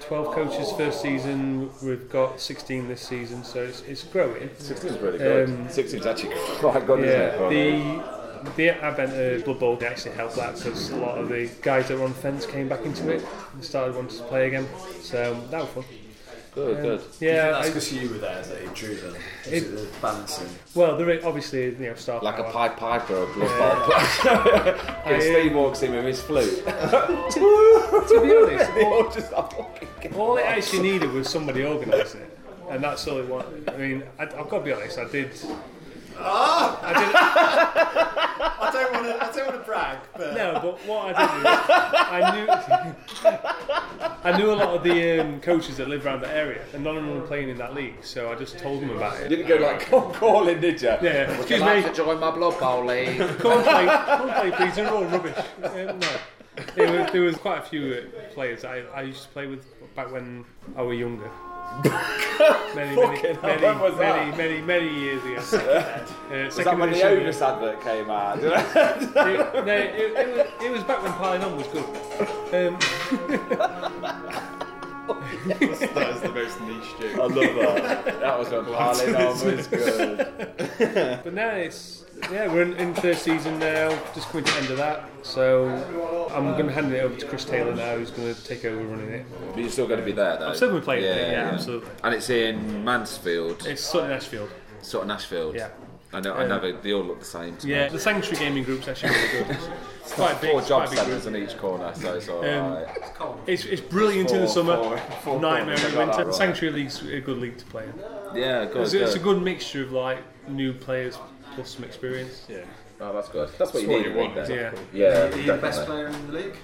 V: 12 coaches first season. We've got 16 this season, so it's, it's growing. Um,
C: 16 is really good. 16 is actually quite good, isn't it,
V: yeah,
C: for a
V: The, the advent of Blood Bowl actually helped that because a lot of the guys that were on the fence came back into it and started wanting to play again. So that was fun.
R: Good,
V: Um,
R: good.
V: Yeah,
R: that's
V: I-
R: because you were there that it drew them. Is
V: It-
R: it the balancing?
V: Well, there is obviously you know star
C: Like a
V: power.
C: Pied Piper or a Blood
V: (laughs) Yeah.
C: Bowl. (laughs)
V: I,
C: Because Steve walks in with his flute.
V: (laughs) to be (laughs) honest, all, all it actually needed was somebody organising it, and that's all it wanted. I mean, I, I've got to be honest. I did.
R: Ah, I don't want to. I don't want to brag, but
V: no. But what I did
C: (laughs)
V: was I knew I knew a lot of the um, coaches that live around the area, and none of them were playing in that league, so I just told them about it.
C: Didn't go like cold calling, did you?
V: Yeah.
C: Would
V: Excuse
C: you like
V: me.
C: to join my Blood Bowl
V: (laughs)
C: league?
V: Come and play, come and play, please. They're all rubbish. Um, no. There was, there was quite a few uh, players I, I used to play with back when I was
C: (laughs)
V: younger. many, many,
C: Fucking hell,
V: many,
C: when was
V: many,
C: that?
V: many, many years
C: (laughs)
V: ago. Uh,
C: Was that
V: second
C: when the
V: edition,
C: Ogres advert came
V: (laughs)
C: out? (laughs)
V: yeah. it, no, it, it, was, it was back when piling on was good. Um, that is the most niche
C: joke. I love that. That was when Parley Down was good.
V: but now it's yeah, we're in, in third season now, just coming to the end of that. So I'm going to hand it over to Chris Taylor now, who's going to take over running it.
C: But you're still going to be there, though.
V: I'm still gonna be playing there, yeah, absolutely.
C: And it's in Mansfield,
V: It's sort of Nashville.
C: sort of Nashfield.
V: Yeah.
C: I know. I
V: Um,
C: know. They, they all look the same. To
V: Yeah,
C: me.
V: the Sanctuary Gaming Group's actually really good. It's
C: Like
V: quite big.
C: four
V: it's
C: job
V: quite a big group.
C: centres in each corner, so it's all
V: Um,
C: right.
V: It's, it's brilliant in the
C: Four-
V: summer,
C: four- four
V: nightmare
C: corners,
V: in
C: I
V: the
C: got that
V: winter.
C: right.
V: Sanctuary League's a good league to play in.
C: Yeah, good,
V: It's, it's a
C: good.
V: good mixture of like new players plus some experience. Yeah.
C: Oh, that's good. That's
V: It's
C: what you
V: what
C: need.
V: you
C: in a league,
V: want,
C: then.
V: yeah.
C: Yeah.
V: Are you the
C: definitely. (laughs)
V: best player
R: in the league.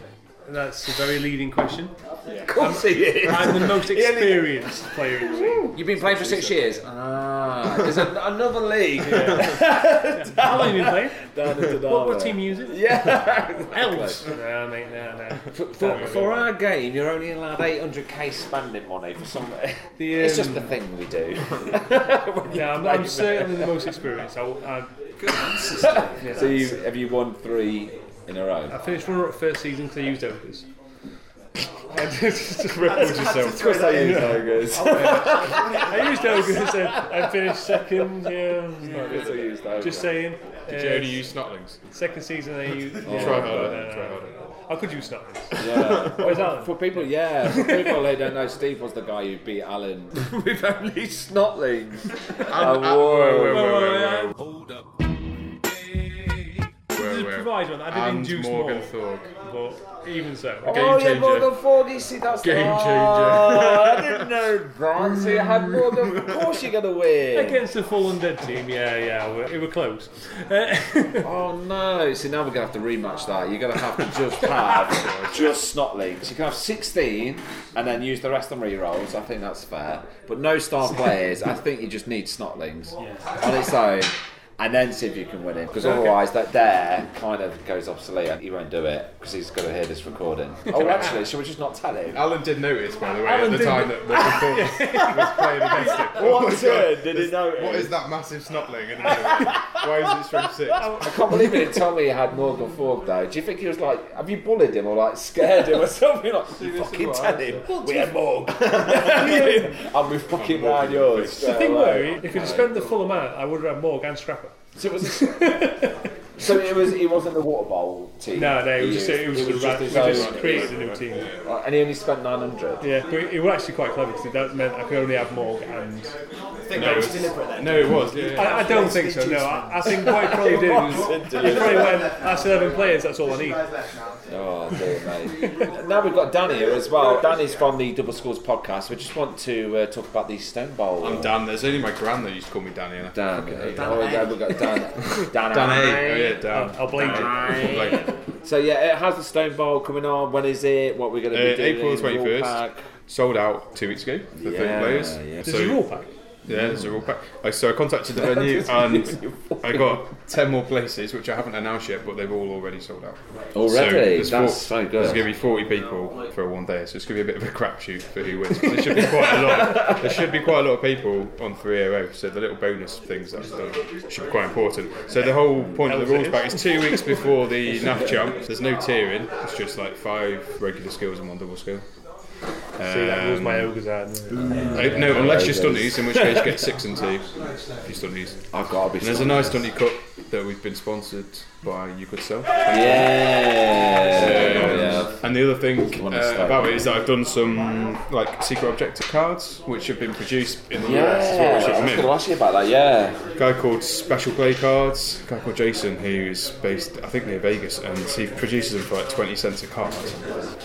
V: That's a very leading question.
C: Of course
V: I'm,
C: he is.
V: I'm the
C: (laughs)
V: most
C: He only-
V: experienced player in the league.
C: You've been playing for six years. Ah, there's an,
V: (laughs)
C: another league. (laughs)
V: How long have you been playing? What,
C: da,
V: what
C: da.
V: team are you using?
C: Yeah. (laughs)
V: Elves. no, mate, no, no.
C: For, for our game, you're only allowed 800k spending money for some.
V: The,
C: it's just
V: um,
C: the thing we (laughs) do.
V: yeah, I'm, I'm certainly the most experienced. I, will- I, Yeah.
C: (laughs) so you, have you won three in a row?
V: I finished runner up first season because I used (laughs) ogres. And it's just a record
C: That's-
V: yourself.
C: that's the way I
V: (laughs)
C: use ogres.
V: I used ogres and I finished second. Yeah,
C: That's how you use ogres.
V: just saying.
W: Did you
V: Uh,
W: only use snotlings?
V: Second season, I used.
W: Try harder, try harder.
V: I could use snotlings.
C: Yeah.
V: Where's Alan?
C: For people, yeah, for people who don't know, Steve was the guy who beat Alan (laughs) with only snotlings. (laughs) Oh, whoa, whoa, whoa, whoa.
V: There's a proviso on that. I did
W: And
V: induce
W: Morgan
V: more, but even so,
C: Oh, yeah, Morgan Ford, you see, that's
V: Game changer.
C: Oh, I didn't know that. So you had Morgan. Of course, you're gonna win.
V: Against the Fallen Dead team, yeah, yeah, we- it were
C: (laughs)
V: close.
C: oh no! See now we're gonna have to rematch that. You're gonna have to just (laughs) have just snot leagues. You can have 16 and then use the rest on rerolls. I think that's fair. But no (laughs) star players. I think you just need snotlings on its own. And then see if you can win it, because
V: Okay.
C: otherwise that there kind of goes obsolete. and He won't do it because he's got to hear this recording. Oh, actually, should we just not tell him?
W: Alan did notice, by the way,
C: Alan
W: at the
C: did-
W: time that Morgan Ford was
V: (laughs)
W: playing against him.
C: (laughs) What
W: my God,
C: turn did he
W: this-
C: notice?
W: What is that massive snotling? And
C: (laughs)
W: why is
V: (laughs)
W: it from six?
C: (laughs) I can't believe he didn't tell me he had Morgan Fork though. Do you think he was like, have you bullied him or like scared him or something? Like, you fucking
V: is
C: tell
V: what I
C: him, we had Morgan. (laughs) I'll be fucking round yours. uh,
V: the
C: straight
V: thing were,
C: away.
V: if you'd spend the full amount, I would have had Morg and Scrapper.
C: So it was. So it was. He wasn't the water bowl team.
V: No, no, it was
C: He
V: just- it was just a rat-
C: his
V: we just
C: own-
V: created a new team.
C: Like, And he only spent nine hundred.
V: Yeah, but it was actually quite clever because that meant I could only have Morg and. I
W: think that was deliberate then. No, it was, yeah, yeah.
V: I, I don't think so. No, I, I think
C: (laughs)
V: what he probably
W: It
V: did
W: was
V: was he
W: deliberate.
V: probably went. That's eleven players. That's all I need.
C: Oh dear, mate. (laughs) now we've got Dan here as well. Danny's from the Double Scores podcast. We just want to uh, talk about the Stone Bowl. uh,
W: I'm Dan. There's only my gran that used to call me Danny. And I
C: Dan.
W: fucking hate
C: Dan. Oh,
W: it.
C: yeah, we've got
W: (laughs)
C: Dan. Dan.
W: Dan A. Oh, yeah, Dan.
V: I'll blame
W: Dan A.
V: you.
W: I'll blame you.
C: So yeah, uh, how's the Stone Bowl coming on? When is it? What we're going to be
W: Uh,
C: doing?
W: April twenty first.
C: Wolfpack?
W: Sold out two weeks ago for
C: Yeah,
W: thirty players.
C: yeah.
V: There's a rule pack?
W: Yeah, there's a rule pack. I, so I contacted
C: (laughs)
W: the venue and I got ten more places, which I haven't announced yet, but they've all already sold out.
C: Already?
W: there's
C: That's so good.
W: There's going to be forty people for one day, so it's going to be a bit of a crapshoot for who wins. 'cause There should be quite a lot. There should be quite a lot of people on three oh oh. So the little bonus things that I've done should be quite important. So the whole point of the rules back is two weeks before the NAF jump. There's no tiering. It's just like five regular skills and one double skill.
V: See, that rules my ogres out.
W: Uh, no, unless you're stunties, in which case you get six and two. If you stunties.
C: I've got to be
W: And there's a nice
C: stunties.
W: stunty cup that we've been sponsored by You Could Sell.
C: Yeah.
W: So,
C: Yeah.
W: And the other thing
C: Wanna
W: uh,
C: start.
W: about it is that I've done some like secret objective cards, which have been produced in the
C: Yeah,
W: US.
C: I was gonna ask you about that. Yeah.
W: guy called Special Play Cards, a guy called Jason, who's based, I think, near Vegas, and he produces them for like 20 cents a card,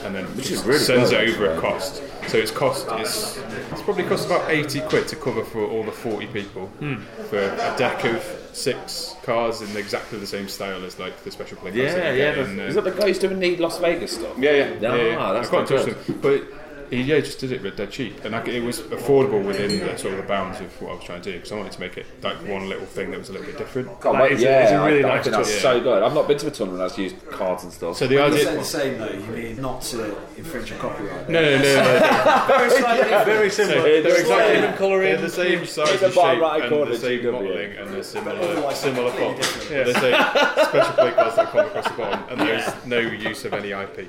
W: and then
C: Which is really
W: sends
C: good,
W: it over
C: actually.
W: at cost. So it's cost. It's, it's probably cost about 80 quid to cover for all the 40 people
V: Hmm.
W: for a deck of six cards in exactly the same style as like the Special Play Cards.
C: Yeah,
W: that you
C: yeah.
W: get in, uh,
C: is that the guy who's doing the Las Vegas stuff?
W: yeah, yeah.
C: Ah,
W: yeah, yeah.
C: that's
W: I can't
C: quite
W: touch
C: good.
W: them. But he, yeah, just did it, but they're cheap. And like, it was affordable within the, sort of the bounds of what I was trying to do because I wanted to make it like one little thing that was a little bit different.
C: God, mate, yeah, I, I think that's so good. I've not been to a tournament that's used cards and stuff.
W: So the
R: When you
W: idea-
R: say the same though, you mean not to infringe on copyright.
W: No, no, no, no, no.
R: Very slightly, very
W: So
R: similar.
W: they're
R: Slightly
W: exactly
R: different colouring.
W: They're the same size
R: the
W: and
R: bottom
W: shape,
R: right
W: and
R: corner,
W: the same
R: GW.
W: modelling, and they're similar,
R: Otherwise,
W: similar font.
R: completely
W: They're
R: different.
W: the same (laughs) special play cards that come across the bottom, and there's no use of any IP.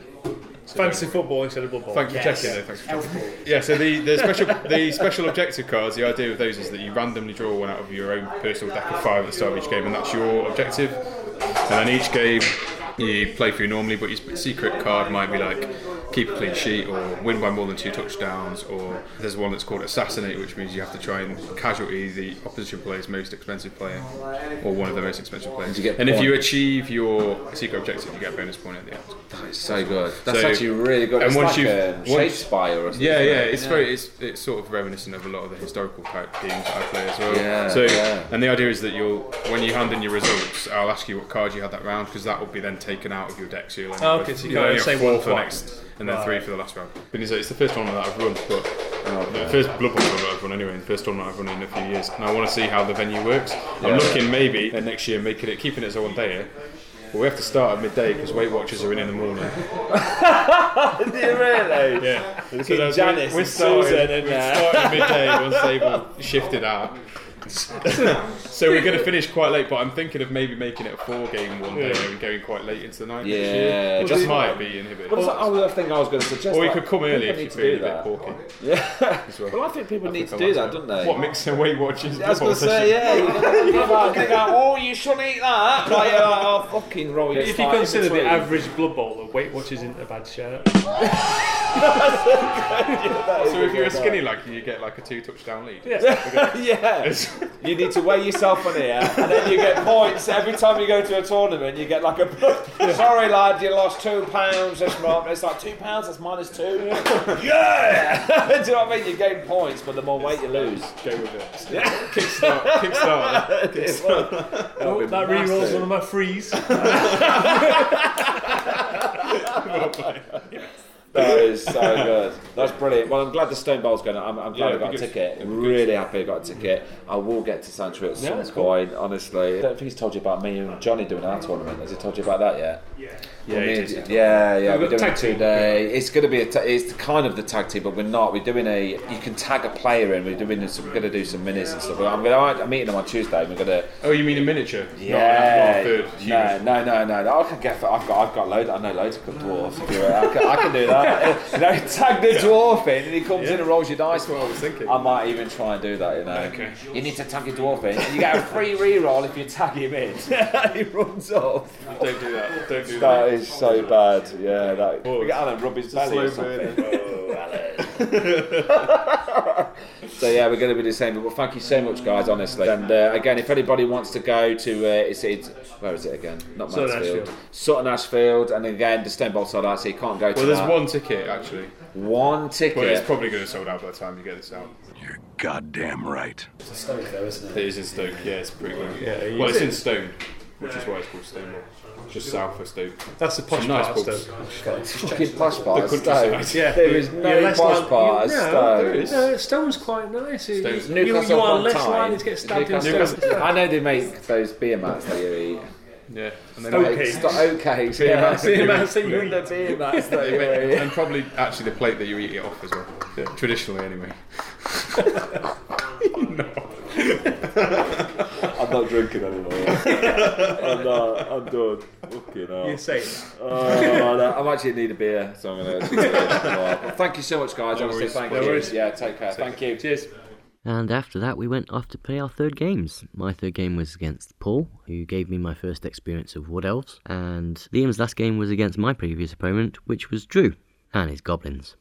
W: So
V: Fancy football instead of blood bowl.
W: Thanks for checking, though. Thanks for checking. Yeah, so the, the special (laughs) the special objective cards. The idea of those is that you randomly draw one out of your own personal deck of five at the start of each game, and that's your objective. And then each game you play through normally, but your sp- secret card might be like keep a clean sheet or win by more than two touchdowns, or there's one that's called assassinate, which means you have to try and casualty the opposition player's most expensive player or one of their most expensive players.
E: And you get
W: and if you
E: points.
W: achieve your secret objective, you get a bonus point at the end. That
E: is so good. That's actually really good. It's like, um, Shakespeare or something,
W: Yeah,
E: isn't
W: yeah.
E: it?
W: It's very.
E: Yeah.
W: It's, it's sort of reminiscent of a lot of the historical type games that I play as well.
E: Yeah,
W: So
E: yeah.
W: and the idea is that you'll when you hand in your results, I'll ask you what card you had that round because that will be then taken out of your deck. So you'll end
V: Oh,
W: up
V: okay,
W: with-
V: so you
W: you'll
V: can
W: only have
V: say
W: four
V: one
W: for the
V: twice.
W: next, and then
V: Right.
W: three for the last round. But it's, it's the first tournament that I've run, but
E: yeah.
W: the first Blood Bowl tournament I've run anyway, and the first tournament I've run in a few years. And I want to see how the venue works.
E: Yeah.
W: I'm looking maybe at next year making it keeping it as a one day. But we have to start at midday because Weight Watchers are in in the morning.
C: Do you (laughs) really?
W: Yeah.
C: Fucking
W: that's-
C: Janice
W: we're
C: and
W: starting-
C: Susan and
W: we're
C: that.
W: starting midday once they've shifted out. so we're going to finish quite late, but I'm thinking of maybe making it a four-game one day
E: Yeah.
W: and going quite late into the night.
E: Yeah.
W: next year.
E: Well,
W: it just
E: do-
W: might be inhibited.
E: Well, that's the other thing I was going to suggest,
W: Or we
E: like,
W: could come
E: I think
W: early
E: I
W: if
E: need
W: you're
E: to
W: feeling a
E: do
W: bit
E: that.
W: porky.
E: Yeah.
W: (laughs) as well.
E: Well, I think people
W: I
E: need
W: think
E: to
W: I
E: do
W: like
E: that, don't they?
W: What mix their Weight Watchers?
E: I was going
W: football
E: to say,
W: session?
E: yeah. You're gonna give out, they go, oh, you shouldn't eat that. Like, you're like, oh, fucking right.
V: If you consider the average Blood Bowl, the Weight Watchers isn't a bad shout.
C: (laughs)
W: So if you're a skinny like you get like a two touchdown lead.
C: (laughs) Yeah.
S: (laughs)
C: yeah. You need to weigh yourself on here, and then you get points every time you go to a tournament. You get like a (laughs) (laughs) sorry lad, you lost two pounds this month. It's like two pounds. That's minus two. Yeah. (laughs) Do you know what I mean? You gain points, but the more weight you lose.
W: Go with it.
C: Yeah.
W: Kickstart.
C: (laughs)
W: Kickstart.
V: Oh,
C: Kickstart.
V: that re-rolls one of my frees.
C: (laughs) That is so good. That's brilliant. Well, I'm glad the Stone Bowl's going. I'm, I'm glad
E: Yeah,
C: I got a
E: because-
C: ticket. I'm really happy I got a ticket. I will get to Sancho at
E: Yeah,
C: some
E: that's cool.
C: point, honestly. I don't think he's told you about me and Johnny doing our tournament. Has he told you about that yet?
E: Yeah.
C: Well,
E: Yeah,
C: me
E: he
C: and-
E: did.
C: yeah, yeah.
E: We've got
C: We're doing
E: tag
C: it
E: team.
C: today. It's going to be a. Ta- it's kind of the tag team, but we're not. We're doing a. You can tag a player in. We're doing. Some, we're going to do some minutes and stuff. I'm going. To, I'm meeting him on Tuesday. and We're going to.
W: Oh, you mean a miniature?
C: Yeah.
W: Not, not a third.
C: no, no, no, no, no. I can get. I've got. I've got loads. I know loads of good dwarves. If you're, I, can, I can do
W: (laughs)
C: that. you know, tag the dwarf in, and he comes in and rolls your dice.
W: That's what I was thinking.
C: I might even try and do that. You know.
W: Okay.
C: You need to tag your dwarf in. and You get a free re-roll if you tag him
W: (laughs)
C: in. he runs off.
W: Don't do that. Don't do
C: That is so bad. Yeah. That.
W: Oh,
C: We get Alan rub his
W: it's a
C: belly or
W: slow burn.
C: something. So yeah, we're going to be the same. But thank you so much, guys. Honestly, and uh, again, if anybody wants to go to, uh, it's, it's where is it again? Not
W: Sutton
C: Mansfield,
W: Ashfield.
C: Sutton Ashfield, and again the Stenbolt sold out, so you can't go to.
W: Well, there's
C: that.
W: one ticket actually.
C: One ticket.
W: Well, it's probably going to sold out by the time you get this out. You're
E: goddamn right.
W: It's in Stoke, though, isn't
E: it?
W: It is in Stoke. Yeah, it's pretty well.
E: Yeah, you-
W: well, it's in Stone, which is why it's called Stone. Just south of Stoke.
V: That's the
W: Some
V: posh
W: nice
V: part of
W: pubs.
V: Stoke.
C: Fucking posh part
W: The
C: of
W: countryside.
C: Stoke. There is no
V: less
C: posh
V: likely-
C: part of
V: no,
C: Stoke.
V: there is. No, Stone's quite nice. You,
C: Stone's-
V: you- you
C: Newcastle
V: are
C: one
V: less
C: time.
V: likely to get stabbed in
C: Newcastle-
V: Stone.
C: I know they make those beer mats that you eat.
W: Yeah.
C: and
W: and
C: they
W: they
C: Stoke
W: make-
C: cakes. Stoke cakes,
W: Beer
C: yeah.
W: mats that
C: Beer
W: you
C: mats
W: eat.
C: that you eat. The beer mats that you eat.
W: and probably actually the plate that you eat it off as well. Traditionally, anyway.
C: I'm not drinking
W: (laughs)
C: anymore. I'm not. I'm done. Fucking hell.
V: You're safe.
C: Oh, no, I'm actually need a beer,
W: (laughs)
C: so I'm going to. Thank you so much, guys.
W: No
C: Honestly,
W: worries.
C: thank
W: No
C: you.
W: worries.
C: Yeah, take care. Thank you. Cheers.
D: And after that, we went off to play our third games. My third game was against Paul, who gave me my first experience of Wood Elves, and Liam's last game was against my previous opponent, which was Drew and his goblins.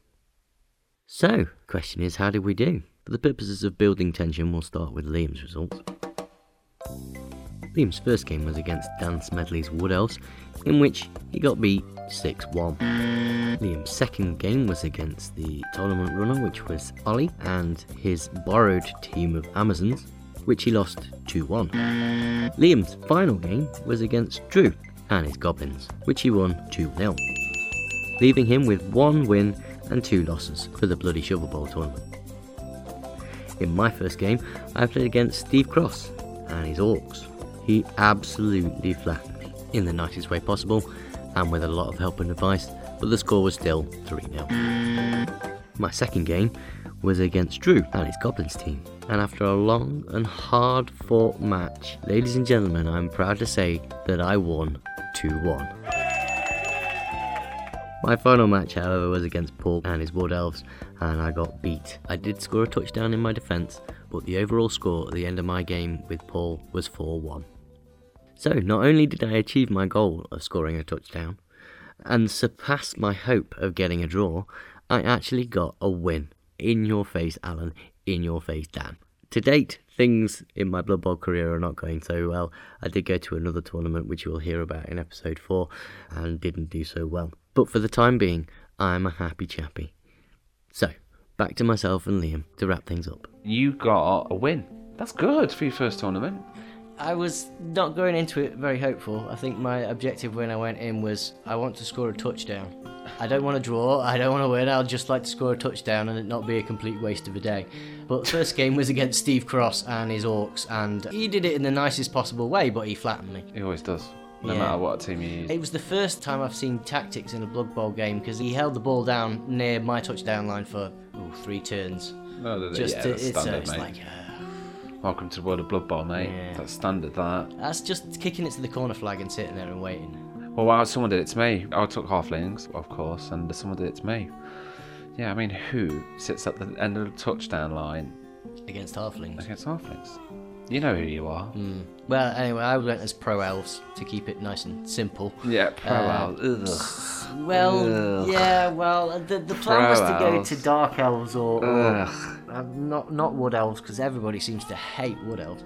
D: So, question is, how did we do? For the purposes of building tension, we'll start with Liam's results. Liam's first game was against Dan Smedley's Wood Elves, in which he got beat 6 1. Liam's second game was against the tournament runner, which was Ollie, and his borrowed team of Amazons, which he lost 2 1. Liam's final game was against Drew and his Goblins, which he won 2 0, leaving him with one win and two losses for the Bloody Shovel Bowl tournament. In my first game, I played against Steve Cross and his Orcs. He absolutely flattened me in the nicest way possible and with a lot of help and advice, but the score was still 3 0. My second game was against Drew and his Goblins team, and after a long and hard fought match, ladies and gentlemen, I'm proud to say that I won 2 1. My final match, however, was against Paul and his Wood Elves, and I got beat. I did score a touchdown in my defence, but the overall score at the end of my game with Paul was 4 1. So, not only did I achieve my goal of scoring a touchdown,
X: and surpassed my hope of getting a draw, I actually got a win. In your face, Alan. In your face, Dan. To date, things in my Blood Bowl career are not going so well. I did go to another tournament, which you will hear about in episode 4, and didn't do so well. But for the time being, I'm a happy chappy. So, back to myself and Liam to wrap things up.
C: You got a win. That's good for your first tournament.
D: I was not going into it very hopeful. I think my objective when I went in was I want to score a touchdown. I don't want to draw, I don't want to win, I'd just like to score a touchdown and it not be a complete waste of a day. But the first game was against Steve Cross and his Orcs, and he did it in the nicest possible way, but he flattened me.
C: He always does, no
D: Yeah.
C: matter what team you use.
D: It was the first time I've seen tactics in a Blood Bowl game because he held the ball down near my touchdown line for ooh, three turns.
C: No, no, no, yeah,
D: to-
C: that's
D: it's, uh,
C: standard,
D: it's
C: mate.
D: like,
C: Welcome to the world of Blood Bowl, mate. That's standard, that.
D: that's just kicking it to the corner flag and sitting there and waiting.
C: Well, wow, someone did it to me. I took halflings, of course, and someone did it to me. Yeah, I mean, who sits at the end of the touchdown line
D: against Hmm. halflings?
C: Against halflings. You know who you are.
D: Well, anyway, I went as pro elves to keep it nice and simple.
C: Yeah, pro
D: Uh,
C: elves. Ugh.
D: Well,
C: Ugh.
D: yeah, well, the, the plan
C: Pro
D: was to go
C: elves.
D: to dark elves or, or
C: Ugh.
D: uh, not not wood elves because everybody seems to hate wood elves.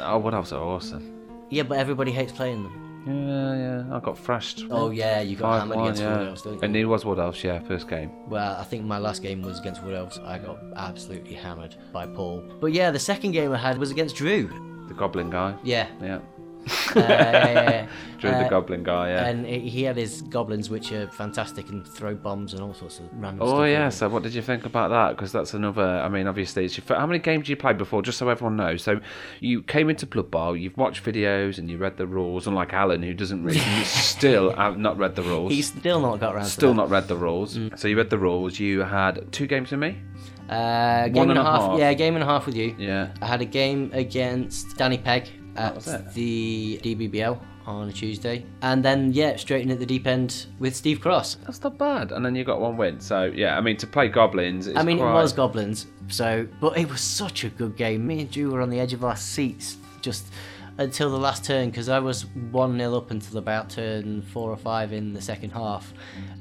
C: Oh, what else are awesome?
D: Yeah, but everybody hates playing them.
C: Yeah, yeah. I got thrashed.
D: Oh yeah, you got hammered
C: 5-1,
D: against
C: yeah.
D: wood elves, don't you?
C: And he was Wood Elves, yeah, first game.
D: Well, I think my last game was against Wood Elves. I got absolutely hammered by Paul. But yeah, the second game I had was against Drew.
C: The Goblin guy.
D: Yeah.
C: Yeah.
D: Uh, yeah, yeah,
C: (laughs) Drew the Goblin guy, yeah.
D: And he he had his goblins, which are fantastic and throw bombs and all sorts of random stuff.
C: Oh yeah, so what did you think about that? Because that's another. I mean, obviously, it's your, fir- how many games did you play before? Just so everyone knows. So you came into Blood Bowl, you've watched videos and you read the rules. Unlike Alan, who doesn't read,
D: (laughs)
C: you still have not read the rules.
D: He's still not got around.
C: still
D: to that.
C: not
D: Mm.
C: read the rules. So you read the rules. You had two games with me.
D: Uh, game
C: One
D: and,
C: and
D: a
C: a
D: half,
C: half.
D: Yeah, game and a half with you.
C: Yeah. Oh,
D: I had a game against Danny Pegg at
C: was it?
D: the DBBL on a Tuesday, and then yeah, straight in at the deep end with Steve Cross.
C: That's not bad. And then you got one win. So yeah, I mean, to play goblins. It's
D: I mean,
C: quite-
D: it was goblins. So, but it was such a good game. Me and Drew were on the edge of our seats just until the last turn because I was one 0 up until about turn four or five in the second half,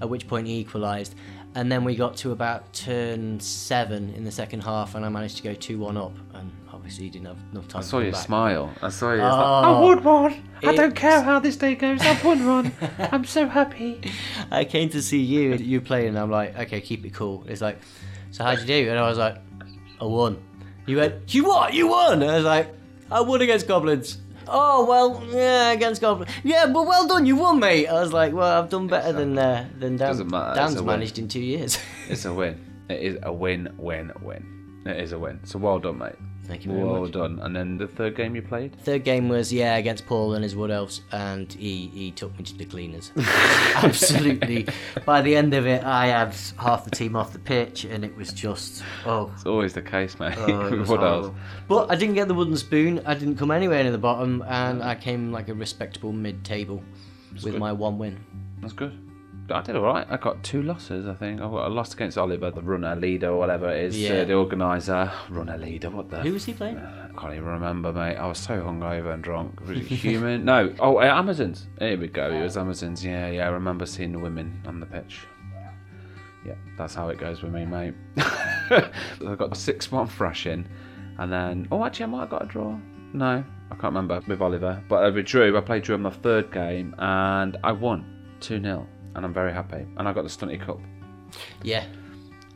D: at which point he equalised, and then we got to about turn seven in the second half, and I managed to go two one up, and obviously he didn't have enough time.
C: I
D: to
C: saw
D: come
C: you
D: back.
C: smile. I saw you.
D: Oh.
C: I would one. I
D: It-
C: don't care how this day goes. I've won
D: (laughs)
C: one. I'm so happy.
D: I came to see you and you playing, and I'm like, okay, keep it cool. It's like, so how'd you do? And I was like, I won. You went, you what? You won? And I was like, I won against goblins. Oh well, yeah, against goblins. Yeah, but well done, you won, mate. I was like, well, I've done better than uh, than Dan.
C: Doesn't matter, it's
D: Dan's
C: a win.
D: managed in two years.
C: (laughs) It's a win. It is a win, win, win. It is a win. So well done, mate.
D: Thank you very
C: well
D: much.
C: done. And then the third game you played?
D: Third game was yeah against Paul and his Wood Elves, and he he took me to
C: (laughs)
D: the cleaners. Absolutely. By the end of it, I had half the team off the pitch, and it was just oh.
C: It's always the (laughs) case, mate.
D: Oh, it was
C: what else?
D: horrible. But I didn't get the wooden spoon. I didn't come anywhere near the bottom, and I came like a respectable mid-table with
C: good.
D: my one win.
C: That's good. I did all right. I got two losses, I think. I got a loss against Oliver, the runner, leader, whatever it is,
D: Yeah.
C: uh, the organizer, runner, leader. What the? Uh,
D: Who was he playing?
C: I can't even remember, mate. I was so hungover and drunk. Was it human? no. Oh, uh, Amazons. Here we go. It was
D: Oh.
C: Amazons. Yeah, yeah. I remember seeing the women on the pitch. Yeah, that's how it goes with me, mate. (laughs) I got six one fresh in, and then oh, actually, I might have got a draw. No, I can't remember with Oliver, but I with Drew. I played Drew in my third game, and I won two 0 and I'm very happy. And I got the Stunty Cup,
D: Yeah,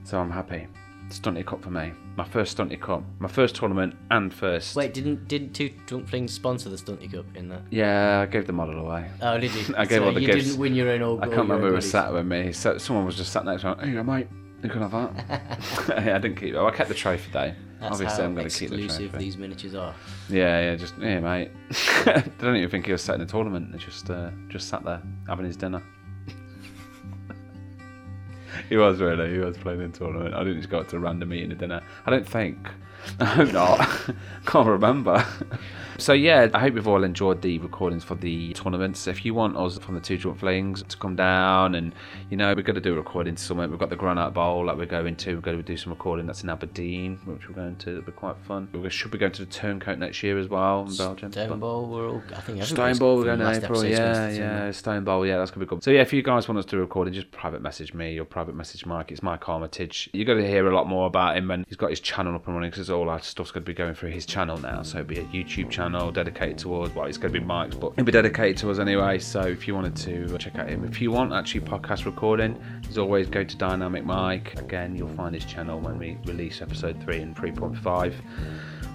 C: so I'm happy. Stunty Cup for me, my first Stunty Cup, my first tournament, and first.
D: Wait, didn't did two drunk flings sponsor the Stunty Cup in that?
C: Yeah, I gave the model away.
D: Oh, did you?
C: (laughs) I gave
D: So
C: all the
D: you
C: gifts.
D: didn't win your own all-
C: I
D: all
C: can't
D: your
C: remember
D: own
C: who was
D: goodies.
C: sat with me. So someone was just sat next to me. Hey, mate, you can have
D: (laughs)
C: that. (laughs) yeah, I didn't keep it. I kept the trophy though.
D: That's
C: Obviously,
D: how
C: I'm going to keep the
D: exclusive
C: trophy.
D: these miniatures are.
C: Yeah, yeah, just yeah, mate. (laughs) I don't even think he was sat in the tournament. He just uh, just sat there having his dinner. he was really. He was playing in the tournament. I didn't just go up to a random meeting a dinner. I don't think. (laughs) I hope not. (laughs) Can't remember. (laughs) So yeah, I hope you've all enjoyed the recordings for the tournaments. If you want us from the two joint flings to come down, and you know we're going to do a recording somewhere. We've got the Granite Bowl that we're going to. We're going to do some recording that's in Aberdeen, which we're going to. It'll be quite fun. We should be going to the Turncoat next year as well in Belgium.
D: Stone Bowl, we're all. I think
C: Stone Bowl, we're going to April. Yeah, yeah. Stone Bowl, yeah, that's going to be good. So yeah, if you guys want us to record it, just private message me or private message Mike. It's Mike Armitage. You're going to hear a lot more about him, and he's got his channel up and running because all our stuff's going to be going through his channel now. So it'll be a YouTube channel dedicated towards. Well, it's going to be Mike's, but it'll be dedicated to us anyway. So if you wanted to uh, check out him, if you want actually podcast recording, as always, go to Dynamic Mike. Again, you'll find his channel when we release episode three and three point five.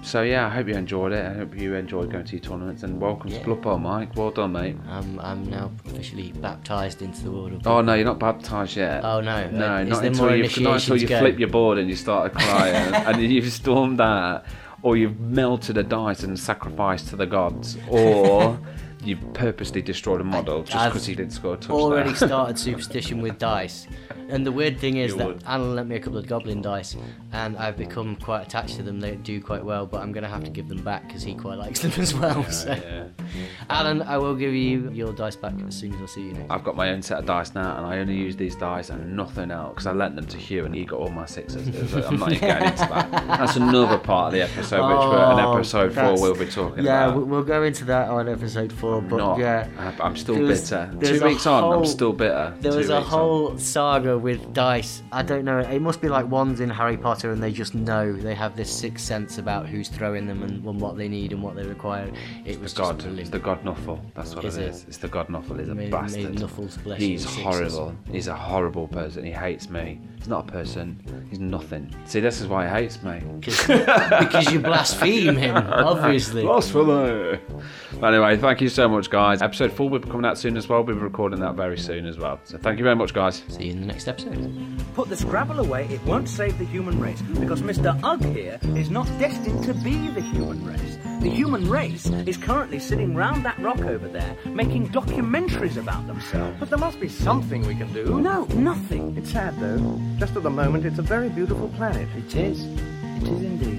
C: So yeah, I hope you enjoyed it. I hope you enjoyed going to your tournaments and welcome
D: Yeah.
C: to Bloodbowl, Mike. Well done, mate.
D: I'm, I'm now officially baptised into the world of.
C: Oh no, you're not baptised yet.
D: Oh, no.
C: no,
D: Uh, is
C: not,
D: there
C: until
D: more
C: you, not until
D: initiations
C: you
D: go?
C: flip your board and you start crying, and you've stormed out, or you've melted a dice and sacrificed to the gods, or
D: (laughs)
C: you've purposely destroyed a model just
D: I've
C: because he didn't score a touchdown. (laughs)
D: already started superstition with dice. And the weird thing is
C: You
D: that
C: would.
D: Alan lent me a couple of goblin dice, and I've become quite attached to them. They do quite well, but I'm going to have to give them back because he quite likes them (laughs) as well.
C: Yeah,
D: so.
C: yeah.
D: Alan, I will give you your dice back as soon as I see you next.
C: I've got my own set of dice now, and I only use these dice and nothing else because I lent them to Hugh, and he got all my sixes. It was like- I'm not even getting into
D: (laughs)
C: that. That's another part of the episode, which we're, an
D: Oh,
C: episode four
D: that's-
C: we'll be talking
D: yeah,
C: about.
D: we- we'll go into that on episode four. But
C: not.
D: yeah,
C: I- I'm still
D: There was-
C: bitter.
D: there was
C: Two
D: a
C: weeks on, I'm
D: whole-
C: still bitter.
D: There
C: Two
D: was a
C: weeks on.
D: whole saga with dice. I don't know. It must be like wands in Harry Potter, and they just know. They have this sixth sense about who's throwing them and, and what they need and what they require. It was
C: the god.
D: Just brilliant.
C: It's the god Nuffle. That's what
D: Is
C: it
D: it?
C: is. It's the god Nuffle. He's a
D: May- may
C: bastard.
D: Nuffle's blessing
C: He's
D: six us.
C: horrible. He's a horrible person. He hates me. He's not a person. He's nothing. See, this is why he hates me.
D: because you
C: (laughs)
D: blaspheme him, obviously.
C: Blasphemy. Anyway, thank you so much, guys. Episode four will be coming out soon as well. We'll be recording that very soon as well. So thank you very much, guys.
D: See you in the next episode.
A: Put the Scrabble away, it won't save the human race, because Mr. Ugg here is not destined to be the human race. The human race is currently sitting round that rock over there, making documentaries about themselves.
E: But there must be something we can do.
A: No, nothing.
E: It's sad, though. Just at the moment, it's a very beautiful planet. It is. It is indeed.